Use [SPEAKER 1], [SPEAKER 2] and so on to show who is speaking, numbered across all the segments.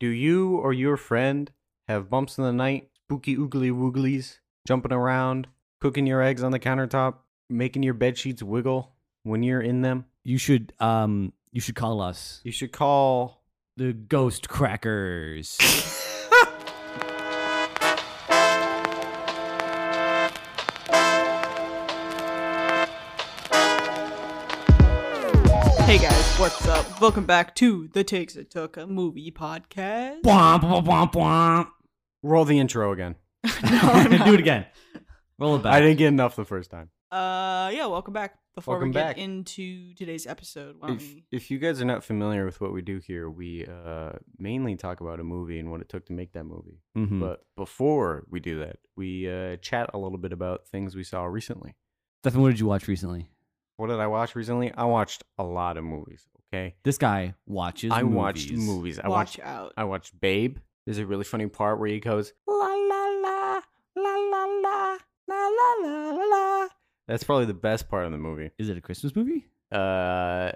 [SPEAKER 1] Do you or your friend have bumps in the night, spooky oogly wooglies, jumping around, cooking your eggs on the countertop, making your bed sheets wiggle when you're in them?
[SPEAKER 2] You should um you should call us
[SPEAKER 1] You should call
[SPEAKER 2] the Ghost Crackers.
[SPEAKER 3] Hey guys, what's up? Welcome back to the Takes It Took a Movie Podcast.
[SPEAKER 2] Bwomp, bwomp, bwomp, bwomp.
[SPEAKER 1] roll the intro again.
[SPEAKER 2] Do it again. Roll it back.
[SPEAKER 1] I didn't get enough the first time.
[SPEAKER 3] Uh, yeah, welcome back. Before
[SPEAKER 1] Welcome
[SPEAKER 3] we get
[SPEAKER 1] back.
[SPEAKER 3] into today's episode, why don't
[SPEAKER 1] If,
[SPEAKER 3] we?
[SPEAKER 1] if you guys are not familiar with what we do here, we uh, mainly talk about a movie and what it took to make that movie.
[SPEAKER 2] Mhm.
[SPEAKER 1] But before we do that, we uh, chat a little bit about things we saw recently.
[SPEAKER 2] Stefan, what did you watch recently?
[SPEAKER 1] What did I watch recently? I watched a lot of movies. Okay,
[SPEAKER 2] This guy watches.
[SPEAKER 1] I
[SPEAKER 2] movies.
[SPEAKER 1] watched movies. I
[SPEAKER 3] watch
[SPEAKER 1] watched.
[SPEAKER 3] out.
[SPEAKER 1] I watched Babe. There's a really funny part where he goes la la la la la la la la la la. la." That's probably the best part of the movie.
[SPEAKER 2] Is it a Christmas movie?
[SPEAKER 1] Uh,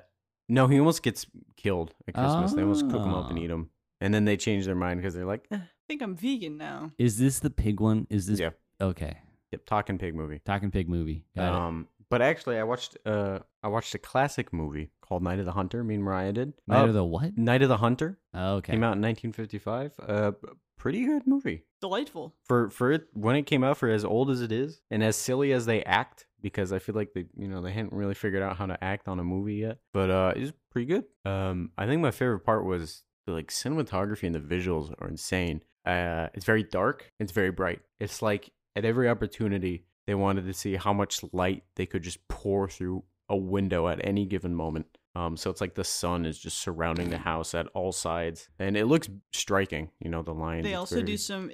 [SPEAKER 1] no, he almost gets killed at Christmas. They almost cook him up and
[SPEAKER 2] Ah.
[SPEAKER 1] eat him, and then they change their mind because they're like, eh,
[SPEAKER 3] I think I'm vegan now.
[SPEAKER 2] Is this the pig one? Is this
[SPEAKER 1] yeah,
[SPEAKER 2] okay?
[SPEAKER 1] yep, talking pig movie.
[SPEAKER 2] Talking pig movie. Got it.
[SPEAKER 1] Um, but actually, I watched uh, I watched a classic movie called Night of the Hunter. Me and Mariah did.
[SPEAKER 2] Night
[SPEAKER 1] Uh,
[SPEAKER 2] of the what?
[SPEAKER 1] Night of the Hunter
[SPEAKER 2] Oh, okay.
[SPEAKER 1] came out in 1955. Uh, p- pretty good movie
[SPEAKER 3] Delightful.
[SPEAKER 1] for for it when it came out. For as old as it is and as silly as they act, because I feel like they you know they hadn't really figured out how to act on a movie yet. But uh, it was pretty good. Um, I think my favorite part was the like cinematography and the visuals are insane. Uh, it's very dark. It's very bright. It's like at every opportunity they wanted to see how much light they could just pour through a window at any given moment. Um, so it's like the sun is just surrounding
[SPEAKER 3] Mm.
[SPEAKER 1] the house at all sides, and it looks striking. You know the lions.
[SPEAKER 3] They
[SPEAKER 1] it's
[SPEAKER 3] also
[SPEAKER 1] very-
[SPEAKER 3] do some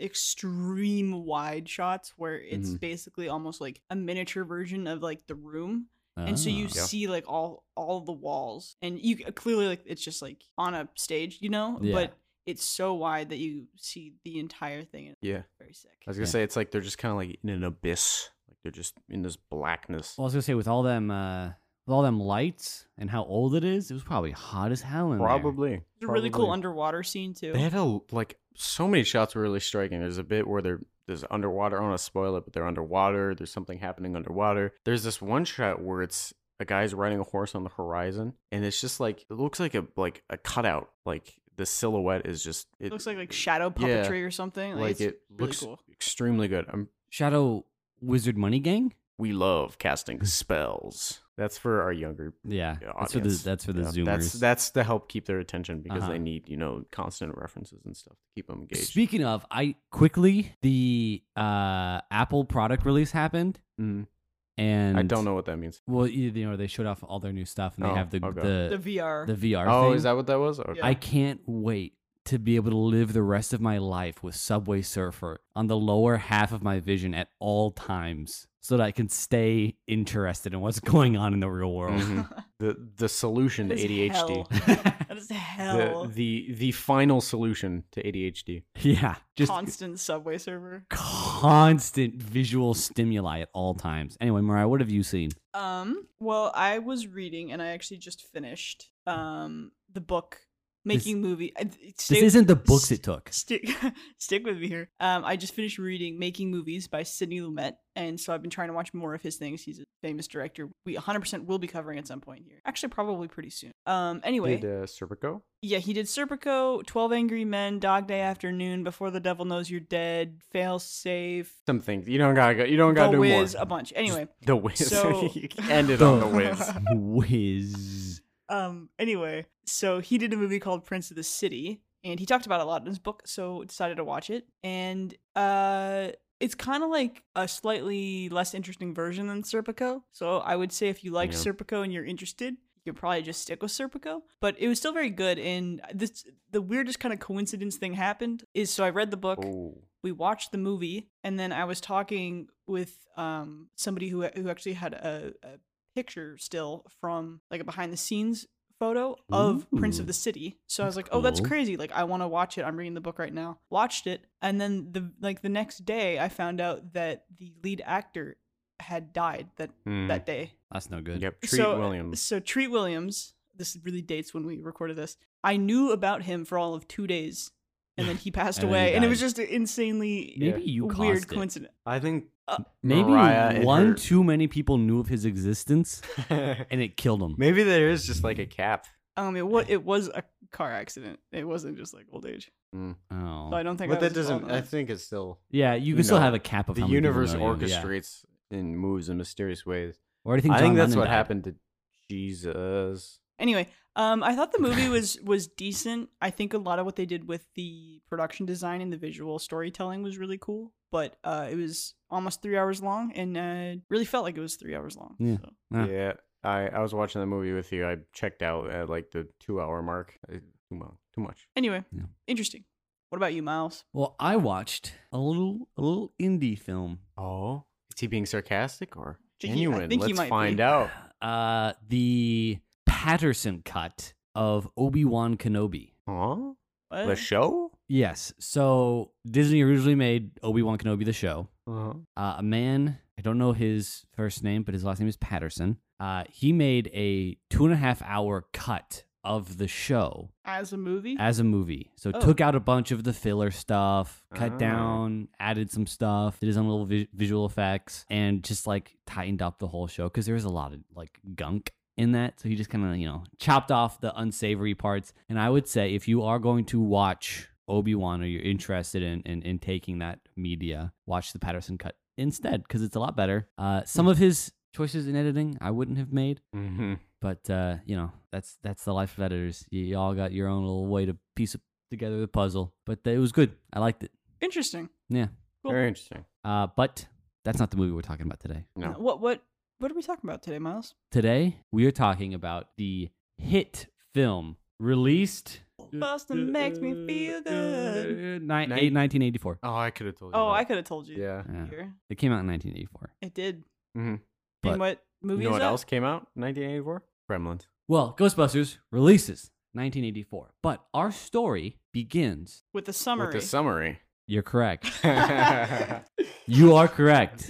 [SPEAKER 3] extreme wide shots where it's
[SPEAKER 2] Mm-hmm.
[SPEAKER 1] Mhm.
[SPEAKER 3] basically almost like a miniature version of like the room, and so you
[SPEAKER 2] Ah.
[SPEAKER 1] Yeah.
[SPEAKER 3] see like all all the walls, and you uh, clearly like it's just like on a stage, you know,
[SPEAKER 2] Yeah.
[SPEAKER 3] but it's so wide that you see the entire thing. and
[SPEAKER 1] Yeah,
[SPEAKER 3] Very sick.
[SPEAKER 1] I was gonna
[SPEAKER 2] Yeah.
[SPEAKER 1] say it's like they're just kind of like in an abyss. Like they're just in this blackness.
[SPEAKER 2] Well, I was gonna say with all them uh, with all them lights and how old it is, it was probably hot as hell in there.
[SPEAKER 1] Probably.
[SPEAKER 3] There's a really cool
[SPEAKER 1] probably.
[SPEAKER 3] underwater scene too.
[SPEAKER 1] They had a like so many shots were really striking. There's a bit where they're there's underwater. I don't want to spoil it, but they're underwater. There's something happening underwater. There's this one shot where it's a guy's riding a horse on the horizon, and it's just like it looks like a like a cutout. Like the silhouette is just it
[SPEAKER 3] it looks like like shadow
[SPEAKER 1] yeah,
[SPEAKER 3] puppetry or something. Like,
[SPEAKER 1] like
[SPEAKER 3] it's
[SPEAKER 1] it
[SPEAKER 3] really
[SPEAKER 1] looks
[SPEAKER 3] cool.
[SPEAKER 1] extremely good. i
[SPEAKER 2] Shadow Wizard Money Gang.
[SPEAKER 1] we love casting spells. That's for our younger
[SPEAKER 2] Yeah,
[SPEAKER 1] Yeah,
[SPEAKER 2] that's for the
[SPEAKER 1] audience.
[SPEAKER 2] that's for the
[SPEAKER 1] Yeah,
[SPEAKER 2] zoomers.
[SPEAKER 1] That's that's to help keep their attention because
[SPEAKER 2] Uh-huh.
[SPEAKER 1] they need you know constant references and stuff to keep them engaged.
[SPEAKER 2] Speaking of, I quickly the uh, Apple product release happened,
[SPEAKER 1] Mm.
[SPEAKER 2] and
[SPEAKER 1] I don't know what that means.
[SPEAKER 2] Well, you you know, they showed off all their new stuff, and they
[SPEAKER 1] Oh,
[SPEAKER 2] have the
[SPEAKER 1] okay.
[SPEAKER 3] The
[SPEAKER 2] the,
[SPEAKER 3] VR.
[SPEAKER 2] the VR.
[SPEAKER 1] Oh,
[SPEAKER 2] thing.
[SPEAKER 1] is that what that was? Okay.
[SPEAKER 3] Yeah.
[SPEAKER 2] I can't wait to be able to live the rest of my life with Subway Surfer on the lower half of my vision at all times so that I can stay interested in what's going on in the real world.
[SPEAKER 1] Mhm. the the solution to
[SPEAKER 3] That is
[SPEAKER 1] ADHD.
[SPEAKER 3] hell. that is hell.
[SPEAKER 1] The, the the final solution to ADHD.
[SPEAKER 2] yeah, just
[SPEAKER 3] Constant subway server.
[SPEAKER 2] constant visual stimuli at all times. Anyway, Mariah, what have you seen?
[SPEAKER 3] Um. Well, I was reading, and I actually just finished um the book making movie. I-
[SPEAKER 2] This
[SPEAKER 3] stay-
[SPEAKER 2] isn't the books it took.
[SPEAKER 3] stick stick with me here. Um, I just finished reading Making Movies by Sidney Lumet, and so I've been trying to watch more of his things. He's a famous director. We 100% will be covering at some point here. Actually, probably pretty soon. Um, anyway,
[SPEAKER 1] Did uh, Serpico?
[SPEAKER 3] yeah, he did Serpico, 12 Angry Men, Dog Day Afternoon, Before the Devil Knows You're Dead, Fail Safe,
[SPEAKER 1] Some things you don't gotta go. You don't gotta
[SPEAKER 3] The
[SPEAKER 1] do
[SPEAKER 3] Wiz,
[SPEAKER 1] more.
[SPEAKER 3] a bunch. Anyway,
[SPEAKER 1] the Wiz.
[SPEAKER 3] So-
[SPEAKER 1] You ended on the Wiz.
[SPEAKER 2] Whiz.
[SPEAKER 3] um, anyway, so he did a movie called Prince of the City, and he talked about it a lot in his book, so decided to watch it. And uh, it's kind of like a slightly less interesting version than Serpico. So I would say if you like
[SPEAKER 1] Yeah.
[SPEAKER 3] Serpico and you're interested, you could probably just stick with Serpico. But it was still very good. And this the weirdest kind of coincidence thing happened is so I read the book
[SPEAKER 1] Oh,
[SPEAKER 3] we watched the movie and then i was talking with um somebody who who actually had a, a picture still from like a behind the scenes photo of prince
[SPEAKER 2] Ooh.
[SPEAKER 3] of the city so i was
[SPEAKER 2] That's
[SPEAKER 3] like oh that's
[SPEAKER 2] cool.
[SPEAKER 3] crazy like i want to watch it i'm reading the book right now watched it and then the like the next day i found out that the lead actor had died that
[SPEAKER 1] Mm.
[SPEAKER 3] that day
[SPEAKER 2] That's no good.
[SPEAKER 1] Yep. Treat
[SPEAKER 3] so,
[SPEAKER 1] Williams.
[SPEAKER 3] So Treat Williams, this really dates when we recorded this. I knew about him for all of two days and then he passed
[SPEAKER 2] And then he
[SPEAKER 3] away, and it
[SPEAKER 2] died.
[SPEAKER 3] was just an insanely
[SPEAKER 1] Yeah.
[SPEAKER 2] Maybe you caused
[SPEAKER 3] weird
[SPEAKER 2] it.
[SPEAKER 3] coincidence.
[SPEAKER 1] I think
[SPEAKER 3] uh,
[SPEAKER 2] Maybe
[SPEAKER 1] Mariah and
[SPEAKER 2] one
[SPEAKER 1] her-
[SPEAKER 2] too many people knew of his existence and it killed him.
[SPEAKER 1] maybe there is just like a cap.
[SPEAKER 3] Um, it was it was a car accident. It wasn't just like old age.
[SPEAKER 2] Oh.
[SPEAKER 3] So I don't think. I
[SPEAKER 1] But that
[SPEAKER 3] was involved
[SPEAKER 1] doesn't.
[SPEAKER 3] in
[SPEAKER 1] I think it's still
[SPEAKER 2] yeah, you
[SPEAKER 1] you
[SPEAKER 2] can still
[SPEAKER 1] know,
[SPEAKER 2] have a cap of
[SPEAKER 1] the
[SPEAKER 2] how many people
[SPEAKER 1] universe
[SPEAKER 2] know you, yeah.
[SPEAKER 1] orchestrates and moves in mysterious ways.
[SPEAKER 2] Or do you think
[SPEAKER 1] I think
[SPEAKER 2] John
[SPEAKER 1] that's
[SPEAKER 2] Lennon
[SPEAKER 1] what
[SPEAKER 2] died?
[SPEAKER 1] happened to Jesus.
[SPEAKER 3] Anyway, um, I thought the movie was was decent. I think a lot of what they did with the production design and the visual storytelling was really cool. But uh, it was almost three hours long, and uh, really felt like it was three hours long.
[SPEAKER 2] Yeah.
[SPEAKER 3] So.
[SPEAKER 2] Ah.
[SPEAKER 1] Yeah, I, I was watching the movie with you. I checked out at like the two hour mark. Uh, Too much. Too much.
[SPEAKER 3] Anyway,
[SPEAKER 2] Yeah.
[SPEAKER 3] interesting. What about you, Miles?
[SPEAKER 2] Well, I watched a little a little indie film.
[SPEAKER 1] Oh, is he being sarcastic or
[SPEAKER 3] Jake, I
[SPEAKER 1] genuine?
[SPEAKER 3] think he
[SPEAKER 1] Let's
[SPEAKER 3] might be.
[SPEAKER 1] find out.
[SPEAKER 2] Uh the Patterson cut of Obi-Wan Kenobi.
[SPEAKER 1] Huh?
[SPEAKER 3] What?
[SPEAKER 1] The show?
[SPEAKER 2] Yes. So Disney originally made Obi-Wan Kenobi the show.
[SPEAKER 1] Uh-huh.
[SPEAKER 2] Uh, a man, I don't know his first name, but his last name is Patterson. Uh, he made a two and a half hour cut of the show
[SPEAKER 3] As a movie?
[SPEAKER 2] as a movie. So
[SPEAKER 3] Oh.
[SPEAKER 2] took out a bunch of the filler stuff, cut
[SPEAKER 1] Ah.
[SPEAKER 2] down, added some stuff, did his own little vi- visual effects, and just like tightened up the whole show because there was a lot of like gunk in that. So he just kind of you know chopped off the unsavory parts. And I would say if you are going to watch Obi Wan or you're interested in, in in taking that media, watch the Patterson cut instead because it's a lot better. Uh,
[SPEAKER 3] Hmm.
[SPEAKER 2] some of his choices in editing I wouldn't have made
[SPEAKER 1] Mm-hmm.
[SPEAKER 2] but uh, you know that's that's the life of editors. You, you all got your own little way to piece together the puzzle. But it was good. I liked it.
[SPEAKER 3] interesting. Cool.
[SPEAKER 1] Very interesting.
[SPEAKER 2] Uh, but that's not the movie we're talking about today.
[SPEAKER 1] No.
[SPEAKER 3] What what what are we talking about today, Miles?
[SPEAKER 2] Today we are talking about the hit film released.
[SPEAKER 3] Boston makes me feel good.
[SPEAKER 2] Nine,
[SPEAKER 1] Nin-
[SPEAKER 2] eight, 1984.
[SPEAKER 1] Oh, I could have told you.
[SPEAKER 3] Oh,
[SPEAKER 1] that.
[SPEAKER 3] I could have told you.
[SPEAKER 1] Yeah.
[SPEAKER 2] Yeah.
[SPEAKER 3] Here.
[SPEAKER 2] It came out in 1984.
[SPEAKER 3] It did.
[SPEAKER 1] Mhm.
[SPEAKER 2] But-
[SPEAKER 3] and what movie
[SPEAKER 1] you know
[SPEAKER 3] is
[SPEAKER 1] what
[SPEAKER 3] that?
[SPEAKER 1] else came out? in 1984. Gremlins.
[SPEAKER 2] Well, Ghostbusters releases 1984, but our story begins.
[SPEAKER 3] With the summary.
[SPEAKER 1] With the summary.
[SPEAKER 2] You're correct.
[SPEAKER 1] yes.
[SPEAKER 2] You are correct.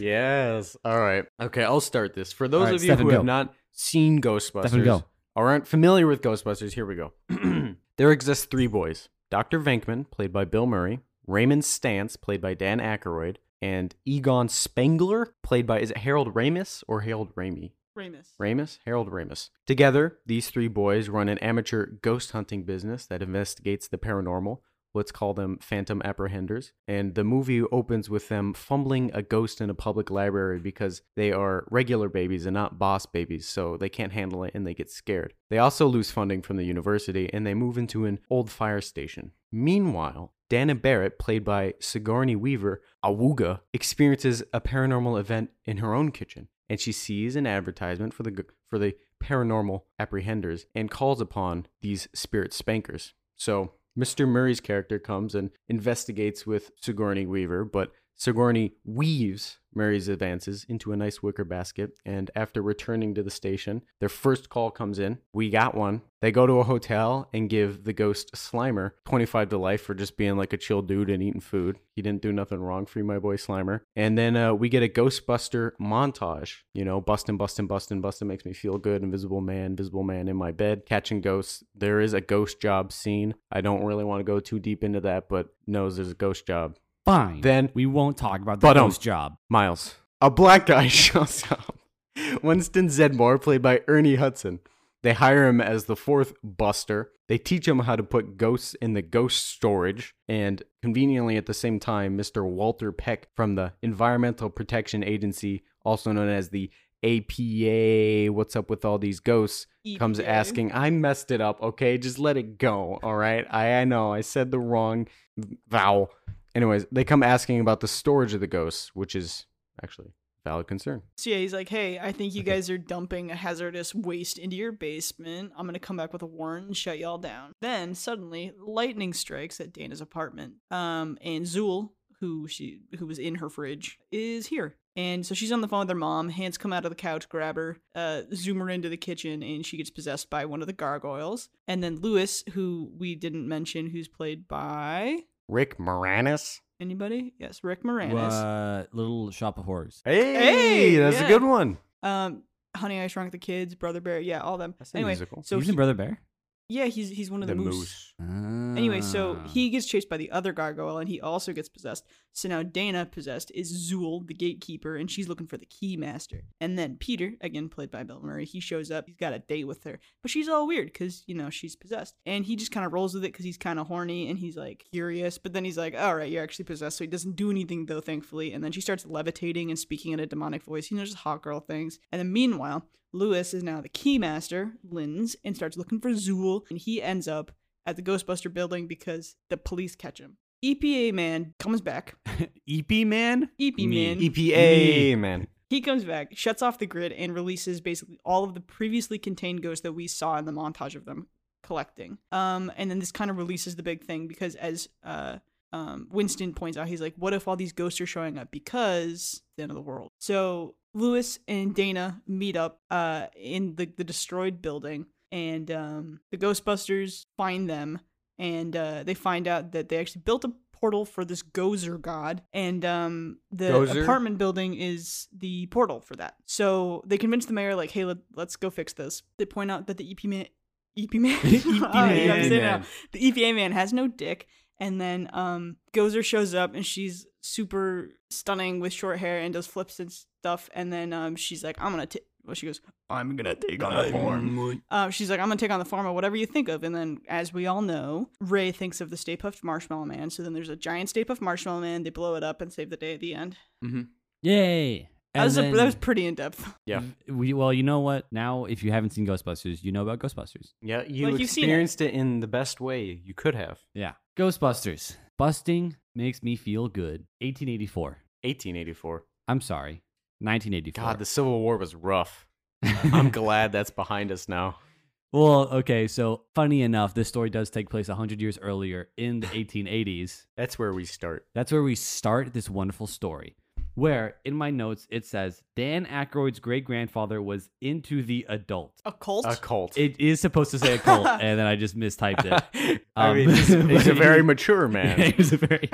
[SPEAKER 1] All right. Okay, I'll start this. For those
[SPEAKER 2] right,
[SPEAKER 1] of you
[SPEAKER 2] Stefan,
[SPEAKER 1] who
[SPEAKER 2] go.
[SPEAKER 1] have not seen Ghostbusters,
[SPEAKER 2] Stefan, go.
[SPEAKER 1] or aren't familiar with Ghostbusters, here we go. there exist three boys Dr. Venkman, played by Bill Murray, Raymond Stantz, played by Dan Aykroyd, and Egon Spengler, played by, is it Harold Ramis or Harold Ramey?
[SPEAKER 3] Ramus.
[SPEAKER 1] Ramus, Harold Ramus. Together, these three boys run an amateur ghost hunting business that investigates the paranormal. Let's call them phantom apprehenders. And the movie opens with them fumbling a ghost in a public library because they are regular babies and not boss babies, so they can't handle it and they get scared. They also lose funding from the university and they move into an old fire station. Meanwhile, Dana Barrett, played by Sigourney Weaver, Awuga, experiences a paranormal event in her own kitchen, and she sees an advertisement for the g- for the paranormal apprehenders and calls upon these spirit spankers. So Mr. Murray's character comes and investigates with Sigourney Weaver, but Sigourney weaves Murray's advances into a nice wicker basket, and after returning to the station, their first call comes in. We got one. They go to a hotel and give the ghost Slimer 25 to life for just being like a chill dude and eating food. He didn't do nothing wrong. Free my boy Slimer. And then uh, we get a Ghostbuster montage. You know, bustin', bustin', bustin', bustin' makes me feel good. Invisible man, invisible man in my bed, catching ghosts. There is a ghost job scene. I don't really want to go too deep into that, but knows there's a ghost job.
[SPEAKER 2] Fine.
[SPEAKER 1] Then-
[SPEAKER 2] we won't talk about the
[SPEAKER 1] But, um,
[SPEAKER 2] ghost job.
[SPEAKER 1] Miles. A black guy shows up. Winston Zedmore, played by Ernie Hudson. They hire him as the fourth buster. They teach him how to put ghosts in the ghost storage. And conveniently, at the same time, Mr. Walter Peck from the Environmental Protection Agency, also known as the APA, what's up with all these ghosts,
[SPEAKER 3] E
[SPEAKER 1] comes
[SPEAKER 3] EPA.
[SPEAKER 1] asking, I messed it up, okay? Just let it go, all right? I, I know, I said the wrong vowel. Anyways, they come asking about the storage of the ghosts, which is actually a valid concern.
[SPEAKER 3] So yeah, he's like, "Hey, I think you guys are dumping hazardous waste into your basement. I'm gonna come back with a warrant and shut y'all down." Then suddenly, lightning strikes at Dana's apartment. Um, and Zool, who she who was in her fridge, is here. And so she's on the phone with her mom. Hands come out of the couch, grab her, uh, zoom her into the kitchen, and she gets possessed by one of the gargoyles. And then Lewis, who we didn't mention, who's played by
[SPEAKER 1] Rick Moranis.
[SPEAKER 3] anybody? Yes, Rick Moranis.
[SPEAKER 2] Uh, Little Shop of Horrors.
[SPEAKER 1] Hey,
[SPEAKER 3] Hey,
[SPEAKER 1] that's
[SPEAKER 3] yeah.
[SPEAKER 1] a good one.
[SPEAKER 3] Um, Honey, I Shrunk the Kids, Brother Bear, yeah, all them.
[SPEAKER 1] That's a
[SPEAKER 3] anyway,
[SPEAKER 1] musical.
[SPEAKER 3] so
[SPEAKER 2] Using
[SPEAKER 3] he-
[SPEAKER 2] Brother Bear?
[SPEAKER 3] Yeah, he's he's one of the, moose. Anyway, so
[SPEAKER 2] Ah.
[SPEAKER 3] he gets chased by the other gargoyle and he also gets possessed. So now Dana possessed is Zool, the gatekeeper, and she's looking for the key master. And then Peter, again played by Bill Murray, he shows up. He's got a date with her, but she's all weird because, you know, she's possessed. And he just kind of rolls with it because he's kind of horny and he's like curious. But then he's like, all right, you're actually possessed. So he doesn't do anything though, thankfully. And then she starts levitating and speaking in a demonic voice, you know, just hot girl things. And then meanwhile, Lewis is now the keymaster, Linz, and starts looking for Zool. And he ends up at the Ghostbuster building because the police catch him. EPA man comes back.
[SPEAKER 1] E
[SPEAKER 2] EP man.
[SPEAKER 3] EP
[SPEAKER 1] Me. E
[SPEAKER 3] man.
[SPEAKER 1] EPA man.
[SPEAKER 3] He comes back, shuts off the grid, and releases basically all of the previously contained ghosts that we saw in the montage of them collecting. Um, and then this kind of releases the big thing because, as uh, um, Winston points out, he's like, "What if all these ghosts are showing up because the end of the world?" So Lewis and Dana meet up uh, in the the destroyed building, and um, the Ghostbusters find them, and uh, they find out that they actually built a portal for this Gozer god, and um, the
[SPEAKER 1] Gozer?
[SPEAKER 3] apartment building is the portal for that. So they convince the mayor, like, "Hey, let, let's go fix this." They point out that the E EP man, EP man,
[SPEAKER 2] EP
[SPEAKER 3] All right, Oh, you know what I'm
[SPEAKER 2] E man.
[SPEAKER 3] saying now? the EPA man has no dick. And then um, Gozer shows up and she's super stunning with short hair and does flips and stuff. And then um, she's like, I'm going to, well, she goes, I'm going to take on the form. Uh, she's like, I'm going to take on the form of whatever you think of. And then, as we all know, Ray thinks of the Stay Puffed Marshmallow Man. So then there's a giant Stay Puffed Marshmallow Man. They blow it up and save the day at the end.
[SPEAKER 2] Yay.
[SPEAKER 3] That
[SPEAKER 2] And
[SPEAKER 3] was, a, that
[SPEAKER 2] then-
[SPEAKER 3] was pretty in depth.
[SPEAKER 1] Yeah.
[SPEAKER 2] V- We, well, you know what? Now, if you haven't seen Ghostbusters, you know about Ghostbusters.
[SPEAKER 1] Yeah, you
[SPEAKER 3] Like, you've seen it.
[SPEAKER 1] experienced it in the best way you could have.
[SPEAKER 2] Yeah. Ghostbusters. Busting makes me feel good. 1884.
[SPEAKER 1] 1884.
[SPEAKER 2] I'm sorry. 1984.
[SPEAKER 1] God, the Civil War was rough. I'm glad that's behind us now.
[SPEAKER 2] well, okay. So, funny enough, this story does take place 100 years earlier in the 1880s.
[SPEAKER 1] That's where we start.
[SPEAKER 2] That's where we start this wonderful story. Where in my notes it says Dan Aykroyd's great grandfather was into the adult.
[SPEAKER 3] A cult?
[SPEAKER 1] A cult.
[SPEAKER 2] It is supposed to say occult, and then I just mistyped it.
[SPEAKER 1] I
[SPEAKER 2] Um,
[SPEAKER 1] mean, he's, he's a
[SPEAKER 2] but-
[SPEAKER 1] very mature man.
[SPEAKER 2] he was a very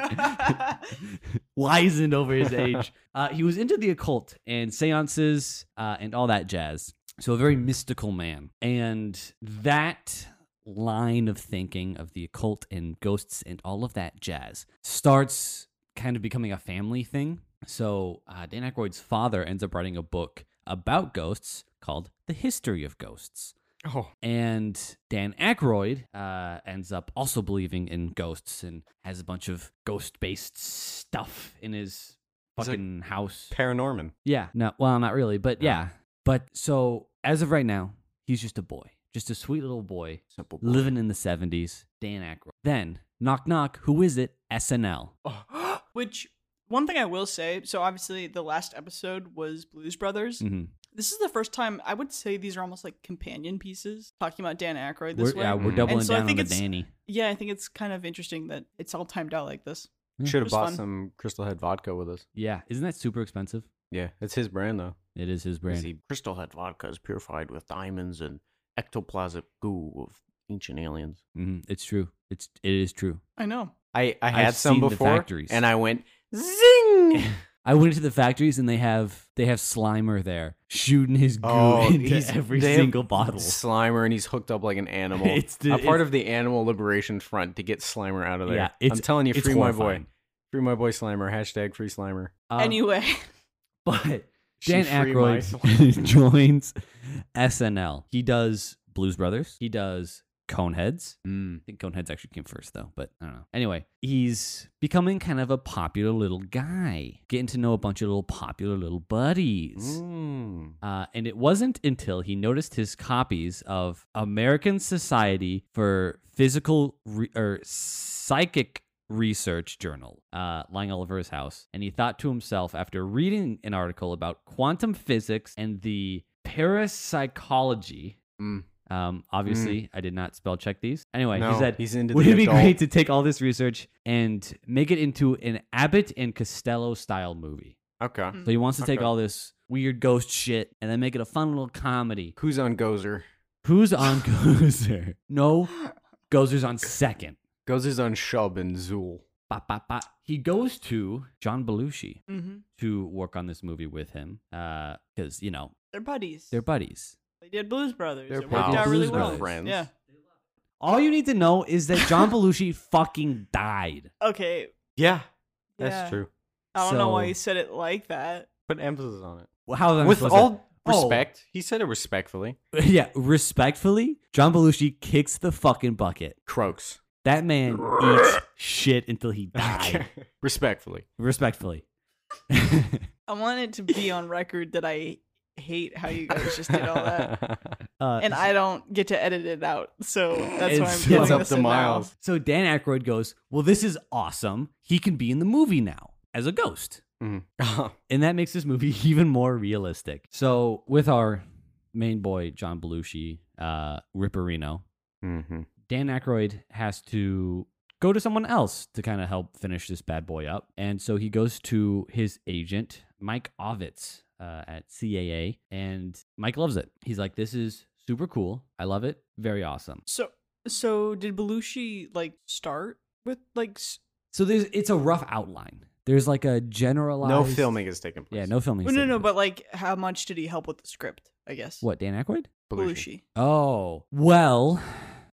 [SPEAKER 2] wizened over his age. Uh, he was into the occult and seances uh, and all that jazz. So a very mystical man, and that line of thinking of the occult and ghosts and all of that jazz starts kind of becoming a family thing. So uh, Dan Aykroyd's father ends up writing a book about ghosts called "The History of Ghosts."
[SPEAKER 1] oh,
[SPEAKER 2] And Dan Aykroyd uh, ends up also believing in ghosts and has a bunch of ghost based stuff in his
[SPEAKER 1] He's like-
[SPEAKER 2] fucking house.
[SPEAKER 1] Paranorman.
[SPEAKER 2] yeah. No, well, not really, but
[SPEAKER 1] No.
[SPEAKER 2] yeah. But so as of right now, he's just a boy, just a sweet little boy
[SPEAKER 1] Simple. boy.
[SPEAKER 2] living in the 70s. Dan Aykroyd. Then, knock knock, who is it? SNL.
[SPEAKER 1] Oh,
[SPEAKER 3] Which one thing I will say, so obviously the last episode was Blues Brothers.
[SPEAKER 2] hmm
[SPEAKER 3] This is the first time I would say these are almost like companion pieces talking about Dan Aykroyd this
[SPEAKER 2] We're,
[SPEAKER 3] way. Mm-hmm.
[SPEAKER 2] yeah, we're
[SPEAKER 1] Mm.
[SPEAKER 2] doubling
[SPEAKER 3] And so I
[SPEAKER 2] down on
[SPEAKER 3] think
[SPEAKER 2] the
[SPEAKER 3] it's-
[SPEAKER 2] Danny.
[SPEAKER 3] yeah, I think it's kind of interesting that it's all timed out like this.
[SPEAKER 1] Should have
[SPEAKER 3] was
[SPEAKER 1] bought
[SPEAKER 3] fun.
[SPEAKER 1] some Crystal Head vodka with us.
[SPEAKER 2] Yeah. Isn't that super expensive?
[SPEAKER 1] Yeah, it's his brand though.
[SPEAKER 2] It is his
[SPEAKER 1] You
[SPEAKER 2] brand.
[SPEAKER 1] see, Crystal Head vodka is purified with diamonds and ectoplasmic goo of ancient aliens.
[SPEAKER 2] Mhm, It's true. It's, it is true.
[SPEAKER 3] I know.
[SPEAKER 1] I, I
[SPEAKER 2] I've
[SPEAKER 1] had some
[SPEAKER 2] seen the
[SPEAKER 1] before,
[SPEAKER 2] factories.
[SPEAKER 1] and I went zing.
[SPEAKER 2] I went into the factories and they have they have Slimer there shooting his goo
[SPEAKER 1] Oh,
[SPEAKER 2] into
[SPEAKER 1] he's-
[SPEAKER 2] every
[SPEAKER 1] they have
[SPEAKER 2] single bottle.
[SPEAKER 1] Slimer, and he's hooked up like an animal.
[SPEAKER 2] It's the-
[SPEAKER 1] a part
[SPEAKER 2] it's-
[SPEAKER 1] of the animal liberation front to get Slimer out of there.
[SPEAKER 2] Yeah,
[SPEAKER 1] I'm
[SPEAKER 2] it's-
[SPEAKER 1] telling you,
[SPEAKER 2] It's
[SPEAKER 1] free my boy,
[SPEAKER 2] horrifying.
[SPEAKER 1] free my boy Slimer. Hashtag free Slimer.
[SPEAKER 2] Um,
[SPEAKER 3] anyway,
[SPEAKER 2] but
[SPEAKER 1] She
[SPEAKER 2] Dan
[SPEAKER 1] free my
[SPEAKER 2] Aykroyd
[SPEAKER 1] Slimer.
[SPEAKER 2] joins SNL. He does Blues Brothers. He does Coneheads.
[SPEAKER 1] Mm.
[SPEAKER 2] I think Coneheads actually came first though, but I don't know. Anyway, he's becoming kind of a popular little guy, getting to know a bunch of little popular little buddies.
[SPEAKER 1] Mm.
[SPEAKER 2] Uh, and it wasn't until he noticed his copies of American Society for Physical Re- or Psychic Research Journal uh, lying all over his house. And he thought to himself, after reading an article about quantum physics and the parapsychology,
[SPEAKER 1] Mm.
[SPEAKER 2] um, obviously, I did not spell check these. Anyway,
[SPEAKER 1] No,
[SPEAKER 2] he said,
[SPEAKER 1] he's into
[SPEAKER 2] would
[SPEAKER 1] the
[SPEAKER 2] it be
[SPEAKER 1] adult.
[SPEAKER 2] great to take all this research and make it into an Abbott and Costello style movie?
[SPEAKER 1] Okay.
[SPEAKER 2] So he wants to take
[SPEAKER 1] Okay.
[SPEAKER 2] all this weird ghost shit and then make it a fun little comedy.
[SPEAKER 1] Who's on Gozer?
[SPEAKER 2] Who's on Gozer? No, Gozer's on second.
[SPEAKER 1] Gozer's on Shub and Zool.
[SPEAKER 2] Ba, ba, ba. He goes to John Belushi
[SPEAKER 3] hmm
[SPEAKER 2] to work on this movie with him because, you know,
[SPEAKER 3] they're buddies.
[SPEAKER 2] they're buddies.
[SPEAKER 3] they did Blues Brothers.
[SPEAKER 1] They're
[SPEAKER 3] it worked
[SPEAKER 2] pals.
[SPEAKER 3] out really
[SPEAKER 2] Blues
[SPEAKER 3] well.
[SPEAKER 2] Brothers.
[SPEAKER 1] Friends.
[SPEAKER 3] Yeah.
[SPEAKER 2] All you need to know is that John Belushi fucking died.
[SPEAKER 3] Okay.
[SPEAKER 1] Yeah, that's
[SPEAKER 3] yeah.
[SPEAKER 1] true.
[SPEAKER 3] I don't know why
[SPEAKER 2] So-
[SPEAKER 3] he said it like that.
[SPEAKER 1] Put emphasis on it.
[SPEAKER 2] Well, How am I
[SPEAKER 1] With
[SPEAKER 2] supposed to-
[SPEAKER 1] all
[SPEAKER 2] Oh.
[SPEAKER 1] respect, he said it respectfully.
[SPEAKER 2] yeah, respectfully, John Belushi kicks the fucking bucket.
[SPEAKER 1] Croaks.
[SPEAKER 2] That man eats shit until he dies.
[SPEAKER 1] respectfully.
[SPEAKER 2] Respectfully.
[SPEAKER 3] I want it to be on record that I hate how you guys just did all that.
[SPEAKER 2] Uh,
[SPEAKER 3] And I don't get to edit it out. So that's why I'm
[SPEAKER 2] It's-
[SPEAKER 3] putting
[SPEAKER 2] it's up
[SPEAKER 3] this
[SPEAKER 1] to
[SPEAKER 3] in now.
[SPEAKER 1] Miles.
[SPEAKER 2] So Dan Aykroyd goes, "Well, this is awesome. He can be in the movie now as a ghost."
[SPEAKER 1] Mhm.
[SPEAKER 2] And that makes this movie even more realistic. So, with our main boy John Belushi, uh Ripperino,
[SPEAKER 1] Mhm.
[SPEAKER 2] Dan Aykroyd has to go to someone else to kind of help finish this bad boy up. And so he goes to his agent, Mike Ovitz uh, at CAA, and Mike loves it. He's like, This is super cool. I love it. Very awesome.
[SPEAKER 3] So so did Belushi like start with like s-
[SPEAKER 2] So there's it's a rough outline. There's like a generalized
[SPEAKER 1] No filming is taking place.
[SPEAKER 2] Yeah, no filming.
[SPEAKER 3] no no no but like how much did he help with the script, I guess.
[SPEAKER 2] what Dan Aykroyd?
[SPEAKER 1] Belushi.
[SPEAKER 3] Belushi.
[SPEAKER 2] Oh well,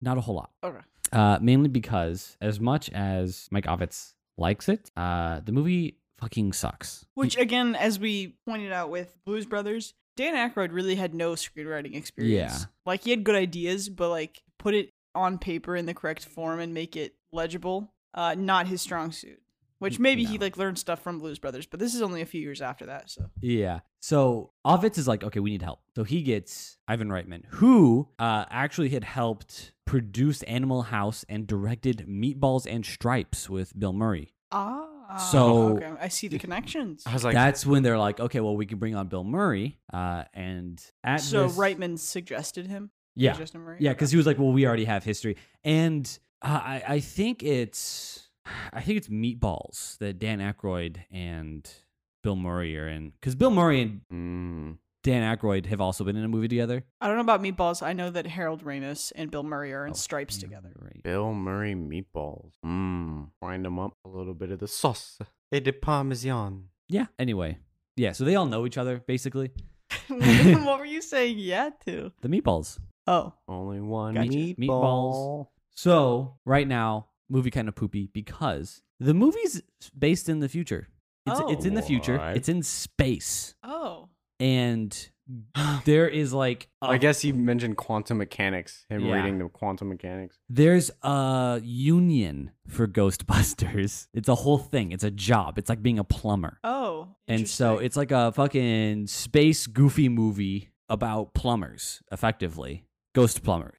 [SPEAKER 2] not a whole lot.
[SPEAKER 3] Okay.
[SPEAKER 2] Uh, mainly because as much as Mike Ovitz likes it, uh, the movie fucking sucks.
[SPEAKER 3] Which again, as we pointed out with Blues Brothers, Dan Aykroyd really had no screenwriting experience.
[SPEAKER 2] Yeah.
[SPEAKER 3] Like he had good ideas, but like put it on paper in the correct form and make it legible, uh, not his strong suit. Which
[SPEAKER 2] N-
[SPEAKER 3] maybe he
[SPEAKER 2] no.
[SPEAKER 3] like learned stuff from Blues Brothers, but this is only a few years after that, so
[SPEAKER 2] Yeah. So Ovitz is like, okay, we need help. So he gets Ivan Reitman, who uh, actually had helped produce Animal House and directed Meatballs and Stripes with Bill Murray.
[SPEAKER 3] Ah
[SPEAKER 2] So-
[SPEAKER 3] okay. I see the connections.
[SPEAKER 1] I was like,
[SPEAKER 2] That's when they're like, okay, well, we can bring on Bill Murray. Uh, and at
[SPEAKER 3] So
[SPEAKER 2] this-
[SPEAKER 3] Reitman suggested him.
[SPEAKER 2] yeah,
[SPEAKER 3] Suggested him, right?
[SPEAKER 2] Yeah, because he was like, "Well, we already have history," and uh, I, I think it's, I think it's Meatballs that Dan Aykroyd and Bill Murray are in, because Bill Murray and
[SPEAKER 1] mm,
[SPEAKER 2] Dan Aykroyd have also been in a movie together.
[SPEAKER 3] I don't know about meatballs. I know that Harold Ramis and Bill Murray are in
[SPEAKER 2] Oh,
[SPEAKER 3] stripes
[SPEAKER 2] yeah,
[SPEAKER 3] together.
[SPEAKER 2] right.
[SPEAKER 1] Bill Murray meatballs. Mmm. Grind them up a little bit of the sauce. Et de parmesan.
[SPEAKER 2] Yeah. Anyway, yeah. So they all know each other basically.
[SPEAKER 3] what were you saying yeah to?
[SPEAKER 2] The Meatballs.
[SPEAKER 3] Oh.
[SPEAKER 1] Only one
[SPEAKER 3] Gotcha.
[SPEAKER 1] meatball.
[SPEAKER 2] Meatballs. So right now, movie kind of poopy because the movie's based in the future. It's, it's in the future.
[SPEAKER 1] Oh, Alright.
[SPEAKER 2] It's in space,
[SPEAKER 3] Oh.
[SPEAKER 2] and there is like a
[SPEAKER 1] I guess you mentioned quantum mechanics. Him
[SPEAKER 2] Yeah.
[SPEAKER 1] reading the quantum mechanics.
[SPEAKER 2] There's a union for Ghostbusters. It's a whole thing. It's a job. It's like being a plumber.
[SPEAKER 3] Oh.
[SPEAKER 2] And so
[SPEAKER 3] interesting.
[SPEAKER 2] it's like a fucking space goofy movie about plumbers, effectively. Ghost plumber.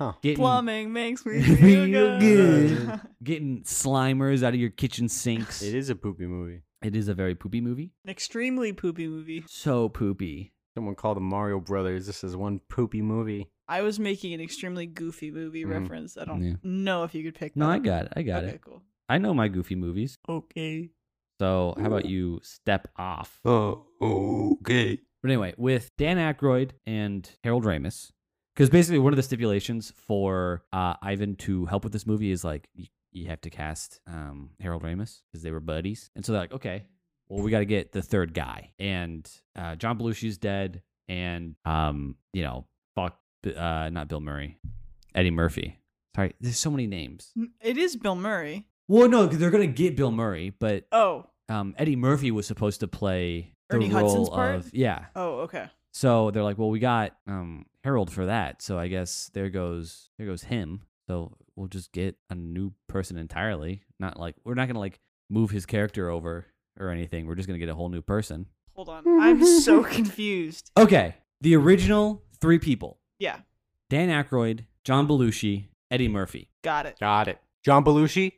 [SPEAKER 1] Huh.
[SPEAKER 2] Getting,
[SPEAKER 3] plumbing makes me
[SPEAKER 2] Feel
[SPEAKER 3] feel good.
[SPEAKER 2] good. getting slimers out of your kitchen sinks.
[SPEAKER 1] It is a poopy movie.
[SPEAKER 2] It is a very poopy movie.
[SPEAKER 3] An extremely poopy movie.
[SPEAKER 2] So poopy.
[SPEAKER 1] Someone called the Mario Brothers. This is one poopy movie.
[SPEAKER 3] I was making an extremely goofy movie
[SPEAKER 1] Mhm.
[SPEAKER 3] reference. I don't
[SPEAKER 2] Mm-hmm. Yeah.
[SPEAKER 3] know if you could pick
[SPEAKER 2] No,
[SPEAKER 3] that
[SPEAKER 2] I
[SPEAKER 3] up.
[SPEAKER 2] got it. I got
[SPEAKER 3] okay,
[SPEAKER 2] it.
[SPEAKER 3] cool.
[SPEAKER 2] I know my goofy movies.
[SPEAKER 3] Okay.
[SPEAKER 2] So how about you step off?
[SPEAKER 1] Oh, okay.
[SPEAKER 2] But anyway, with Dan Aykroyd and Harold Ramis, because basically one of the stipulations for uh, Ivan to help with this movie is like you, you have to cast um, Harold Ramis because they were buddies, and so they're like, okay, well we got to get the third guy, and uh, John Belushi's dead, and um, you know, fuck, uh, not Bill Murray, Eddie Murphy. Sorry, there's so many names.
[SPEAKER 3] N- Mm, It is Bill Murray.
[SPEAKER 2] Well, no, 'cause they're gonna get Bill Murray, but
[SPEAKER 3] Oh.
[SPEAKER 2] um, Eddie Murphy was supposed to play the
[SPEAKER 3] Ernie
[SPEAKER 2] role
[SPEAKER 3] Hudson's part?
[SPEAKER 2] of yeah.
[SPEAKER 3] Oh, okay.
[SPEAKER 2] So they're like, well, we got um, Harold for that. So I guess there goes there goes him. So we'll just get a new person entirely. Not like we're not gonna like move his character over or anything. We're just gonna get a whole new person.
[SPEAKER 3] Hold on. I'm so confused.
[SPEAKER 2] Okay, the original three people:
[SPEAKER 3] Yeah.
[SPEAKER 2] Dan Aykroyd, John Belushi, Eddie Murphy.
[SPEAKER 3] Got it.
[SPEAKER 1] Got it. John Belushi.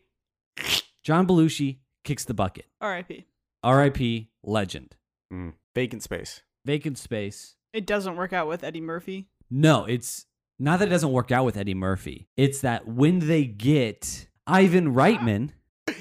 [SPEAKER 2] John Belushi kicks the bucket.
[SPEAKER 3] R.I.P.
[SPEAKER 2] R.I.P. Legend.
[SPEAKER 1] Mm. Vacant space.
[SPEAKER 2] Vacant space.
[SPEAKER 3] It doesn't work out with Eddie Murphy.
[SPEAKER 2] No, it's not that it doesn't work out with Eddie Murphy. It's that when they get Ivan Reitman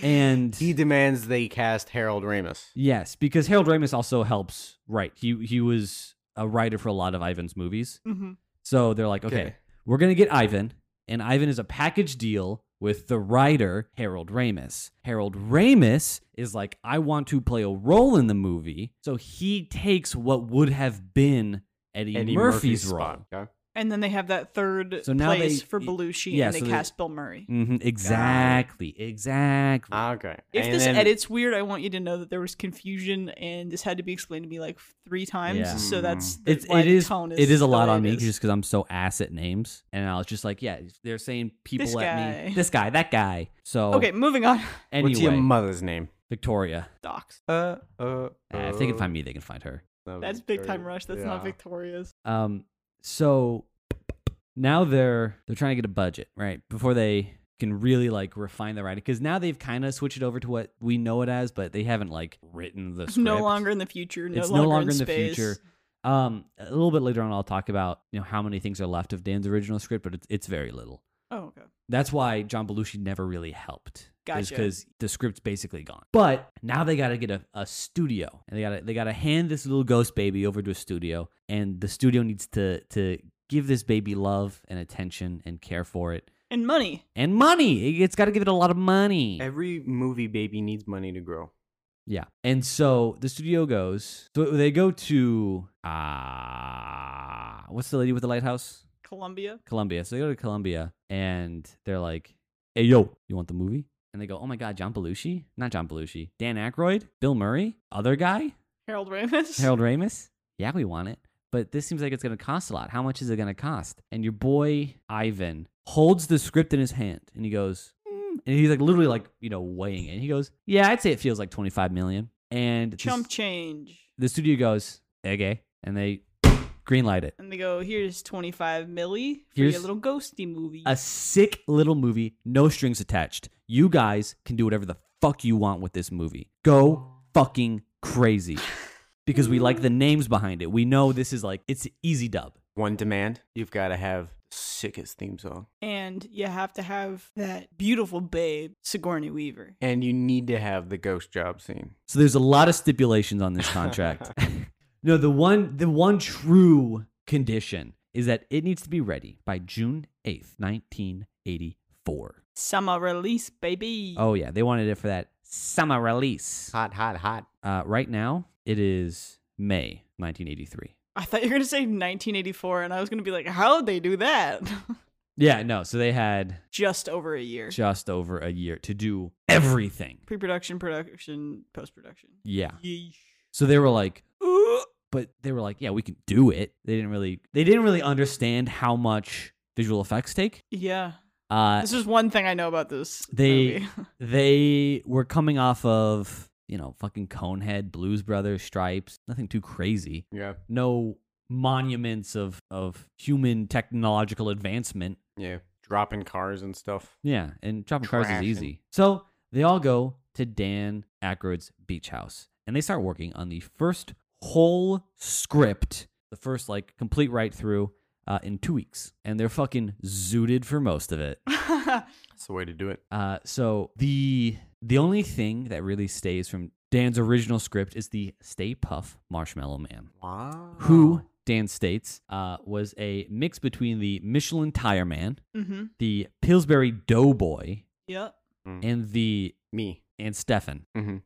[SPEAKER 2] and
[SPEAKER 1] He demands they cast Harold Ramis.
[SPEAKER 2] yes, because Harold Ramis also helps write. He he was a writer for a lot of Ivan's movies.
[SPEAKER 3] Mm-hmm.
[SPEAKER 2] So they're like, okay, we're going to get Ivan and Ivan is a package deal with the writer Harold Ramis. Harold Ramis is like, I want to play a role in the movie. So he takes what would have been Eddie, Murphy's, role
[SPEAKER 1] spot. Okay.
[SPEAKER 3] And then they have that third
[SPEAKER 2] So now
[SPEAKER 3] place
[SPEAKER 2] they-
[SPEAKER 3] for
[SPEAKER 2] y-
[SPEAKER 3] Belushi,
[SPEAKER 2] yeah,
[SPEAKER 3] and they
[SPEAKER 2] so they-
[SPEAKER 3] cast Bill Murray.
[SPEAKER 2] hmm Exactly. Exactly.
[SPEAKER 1] Okay.
[SPEAKER 3] If
[SPEAKER 1] And
[SPEAKER 3] this
[SPEAKER 1] then-
[SPEAKER 3] edit's weird, I want you to know that there was confusion, and this had to be explained to me like three times.
[SPEAKER 2] Yeah.
[SPEAKER 3] So
[SPEAKER 1] Mm-hmm.
[SPEAKER 3] that's the-
[SPEAKER 2] it's
[SPEAKER 3] why
[SPEAKER 2] it
[SPEAKER 3] the
[SPEAKER 2] is
[SPEAKER 3] tone is
[SPEAKER 2] it is a
[SPEAKER 3] the
[SPEAKER 2] lot
[SPEAKER 3] way
[SPEAKER 2] on
[SPEAKER 3] it
[SPEAKER 2] me
[SPEAKER 3] is.
[SPEAKER 2] just because I'm so ass at names, and I was just like, yeah, they're saying people
[SPEAKER 3] This
[SPEAKER 2] at me,
[SPEAKER 3] guy.
[SPEAKER 2] this guy, that guy. So
[SPEAKER 3] okay, moving on.
[SPEAKER 1] what's your
[SPEAKER 2] anyway,
[SPEAKER 1] mother's name?
[SPEAKER 2] Victoria.
[SPEAKER 3] Docs.
[SPEAKER 1] Uh, uh,
[SPEAKER 2] Uh, if they can find me, they can find her.
[SPEAKER 3] That's big time rush. That's not
[SPEAKER 1] big.
[SPEAKER 3] Victoria's.
[SPEAKER 2] Um, so now they're they're trying to get a budget right before they can really like refine the writing because now they've kind of switched it over to what we know it as, but they haven't like written the
[SPEAKER 3] It's
[SPEAKER 2] script.
[SPEAKER 3] No longer in the future. No
[SPEAKER 2] it's
[SPEAKER 3] longer
[SPEAKER 2] no longer in, the
[SPEAKER 3] space.
[SPEAKER 2] future. Um, a little bit later on, I'll talk about you know how many things are left of Dan's original script, but it's it's very little.
[SPEAKER 3] Oh, okay.
[SPEAKER 2] That's why John Belushi never really helped.
[SPEAKER 3] Gotcha.
[SPEAKER 2] Because the script's basically gone. But now they got to get a, a studio, and they got to they got to hand this little ghost baby over to a studio, and the studio needs to to give this baby love and attention and care for it
[SPEAKER 3] And money.
[SPEAKER 2] and money. It's got to give it a lot of money.
[SPEAKER 1] Every movie baby needs money to grow.
[SPEAKER 2] Yeah. And so the studio goes. So they go to ah, what's the lady with the lighthouse?
[SPEAKER 3] Columbia.
[SPEAKER 2] Columbia. So they go to Columbia and they're like, hey, yo, you want the movie? And they go, oh my God, John Belushi? Not John Belushi. Dan Aykroyd? Bill Murray? Other guy?
[SPEAKER 3] Harold Ramis.
[SPEAKER 2] Harold Ramis? Yeah, we want it. But this seems like it's going to cost a lot. How much is it going to cost? And your boy, Ivan, holds the script in his hand and he goes, "Mm." and he's like literally like, you know, weighing it. And he goes, yeah, I'd say it feels like 25 million. And the-
[SPEAKER 3] Chump change.
[SPEAKER 2] the studio goes, okay. And they greenlight it.
[SPEAKER 3] And they go, here's 25 milli for
[SPEAKER 2] Here's-
[SPEAKER 3] your little ghosty movie.
[SPEAKER 2] a sick little movie, no strings attached. You guys can do whatever the fuck you want with this movie. Go fucking crazy. Because we like the names behind it. We know this is like it's easy dub.
[SPEAKER 1] One demand: you've got to have sickest theme song,
[SPEAKER 3] and you have to have that beautiful babe, Sigourney Weaver.
[SPEAKER 1] and you need to have the ghost job scene.
[SPEAKER 2] So there's a lot of stipulations on this contract. no, the one the one true condition is that it needs to be ready by June 8th, 1984.
[SPEAKER 3] Summer release, baby.
[SPEAKER 2] Oh yeah, they wanted it for that summer release.
[SPEAKER 1] Hot, hot, hot.
[SPEAKER 2] Uh, right now, it is May 1983.
[SPEAKER 3] I thought you were going to say 1984, and I was going to be like, how'd they do that?
[SPEAKER 2] Yeah, no. So they had
[SPEAKER 3] Just over a year.
[SPEAKER 2] just over a year to do everything.
[SPEAKER 3] Pre production, production, post production.
[SPEAKER 2] Yeah.
[SPEAKER 3] Yeesh.
[SPEAKER 2] So they were like,
[SPEAKER 3] Ooh.
[SPEAKER 2] but they were like, yeah, we can do it. They didn't really, they didn't really understand how much visual effects take.
[SPEAKER 3] Yeah.
[SPEAKER 2] Uh,
[SPEAKER 3] This is one thing I know about this.
[SPEAKER 2] They-
[SPEAKER 3] movie.
[SPEAKER 2] they were coming off of you know fucking Conehead, Blues Brothers, Stripes, nothing too crazy.
[SPEAKER 1] Yeah,
[SPEAKER 2] No monuments of of human technological advancement.
[SPEAKER 1] yeah. Dropping cars and stuff.
[SPEAKER 2] Yeah, and dropping cars is
[SPEAKER 1] Trashing.
[SPEAKER 2] easy. So they all go to Dan Aykroyd's beach house and they start working on the first whole script, the first like complete write through uh, in two weeks. And they're fucking zooted for most of it.
[SPEAKER 1] That's the way to do it.
[SPEAKER 2] Uh, so the the only thing that really stays from Dan's original script is the Stay Puff Marshmallow Man
[SPEAKER 1] Wow.
[SPEAKER 2] who Dan states uh, was a mix between the Michelin Tire Man,
[SPEAKER 3] mm-hmm.
[SPEAKER 2] the Pillsbury Doughboy,
[SPEAKER 3] Yep.
[SPEAKER 2] and the
[SPEAKER 1] Me.
[SPEAKER 2] and Stefan,
[SPEAKER 1] Mhm.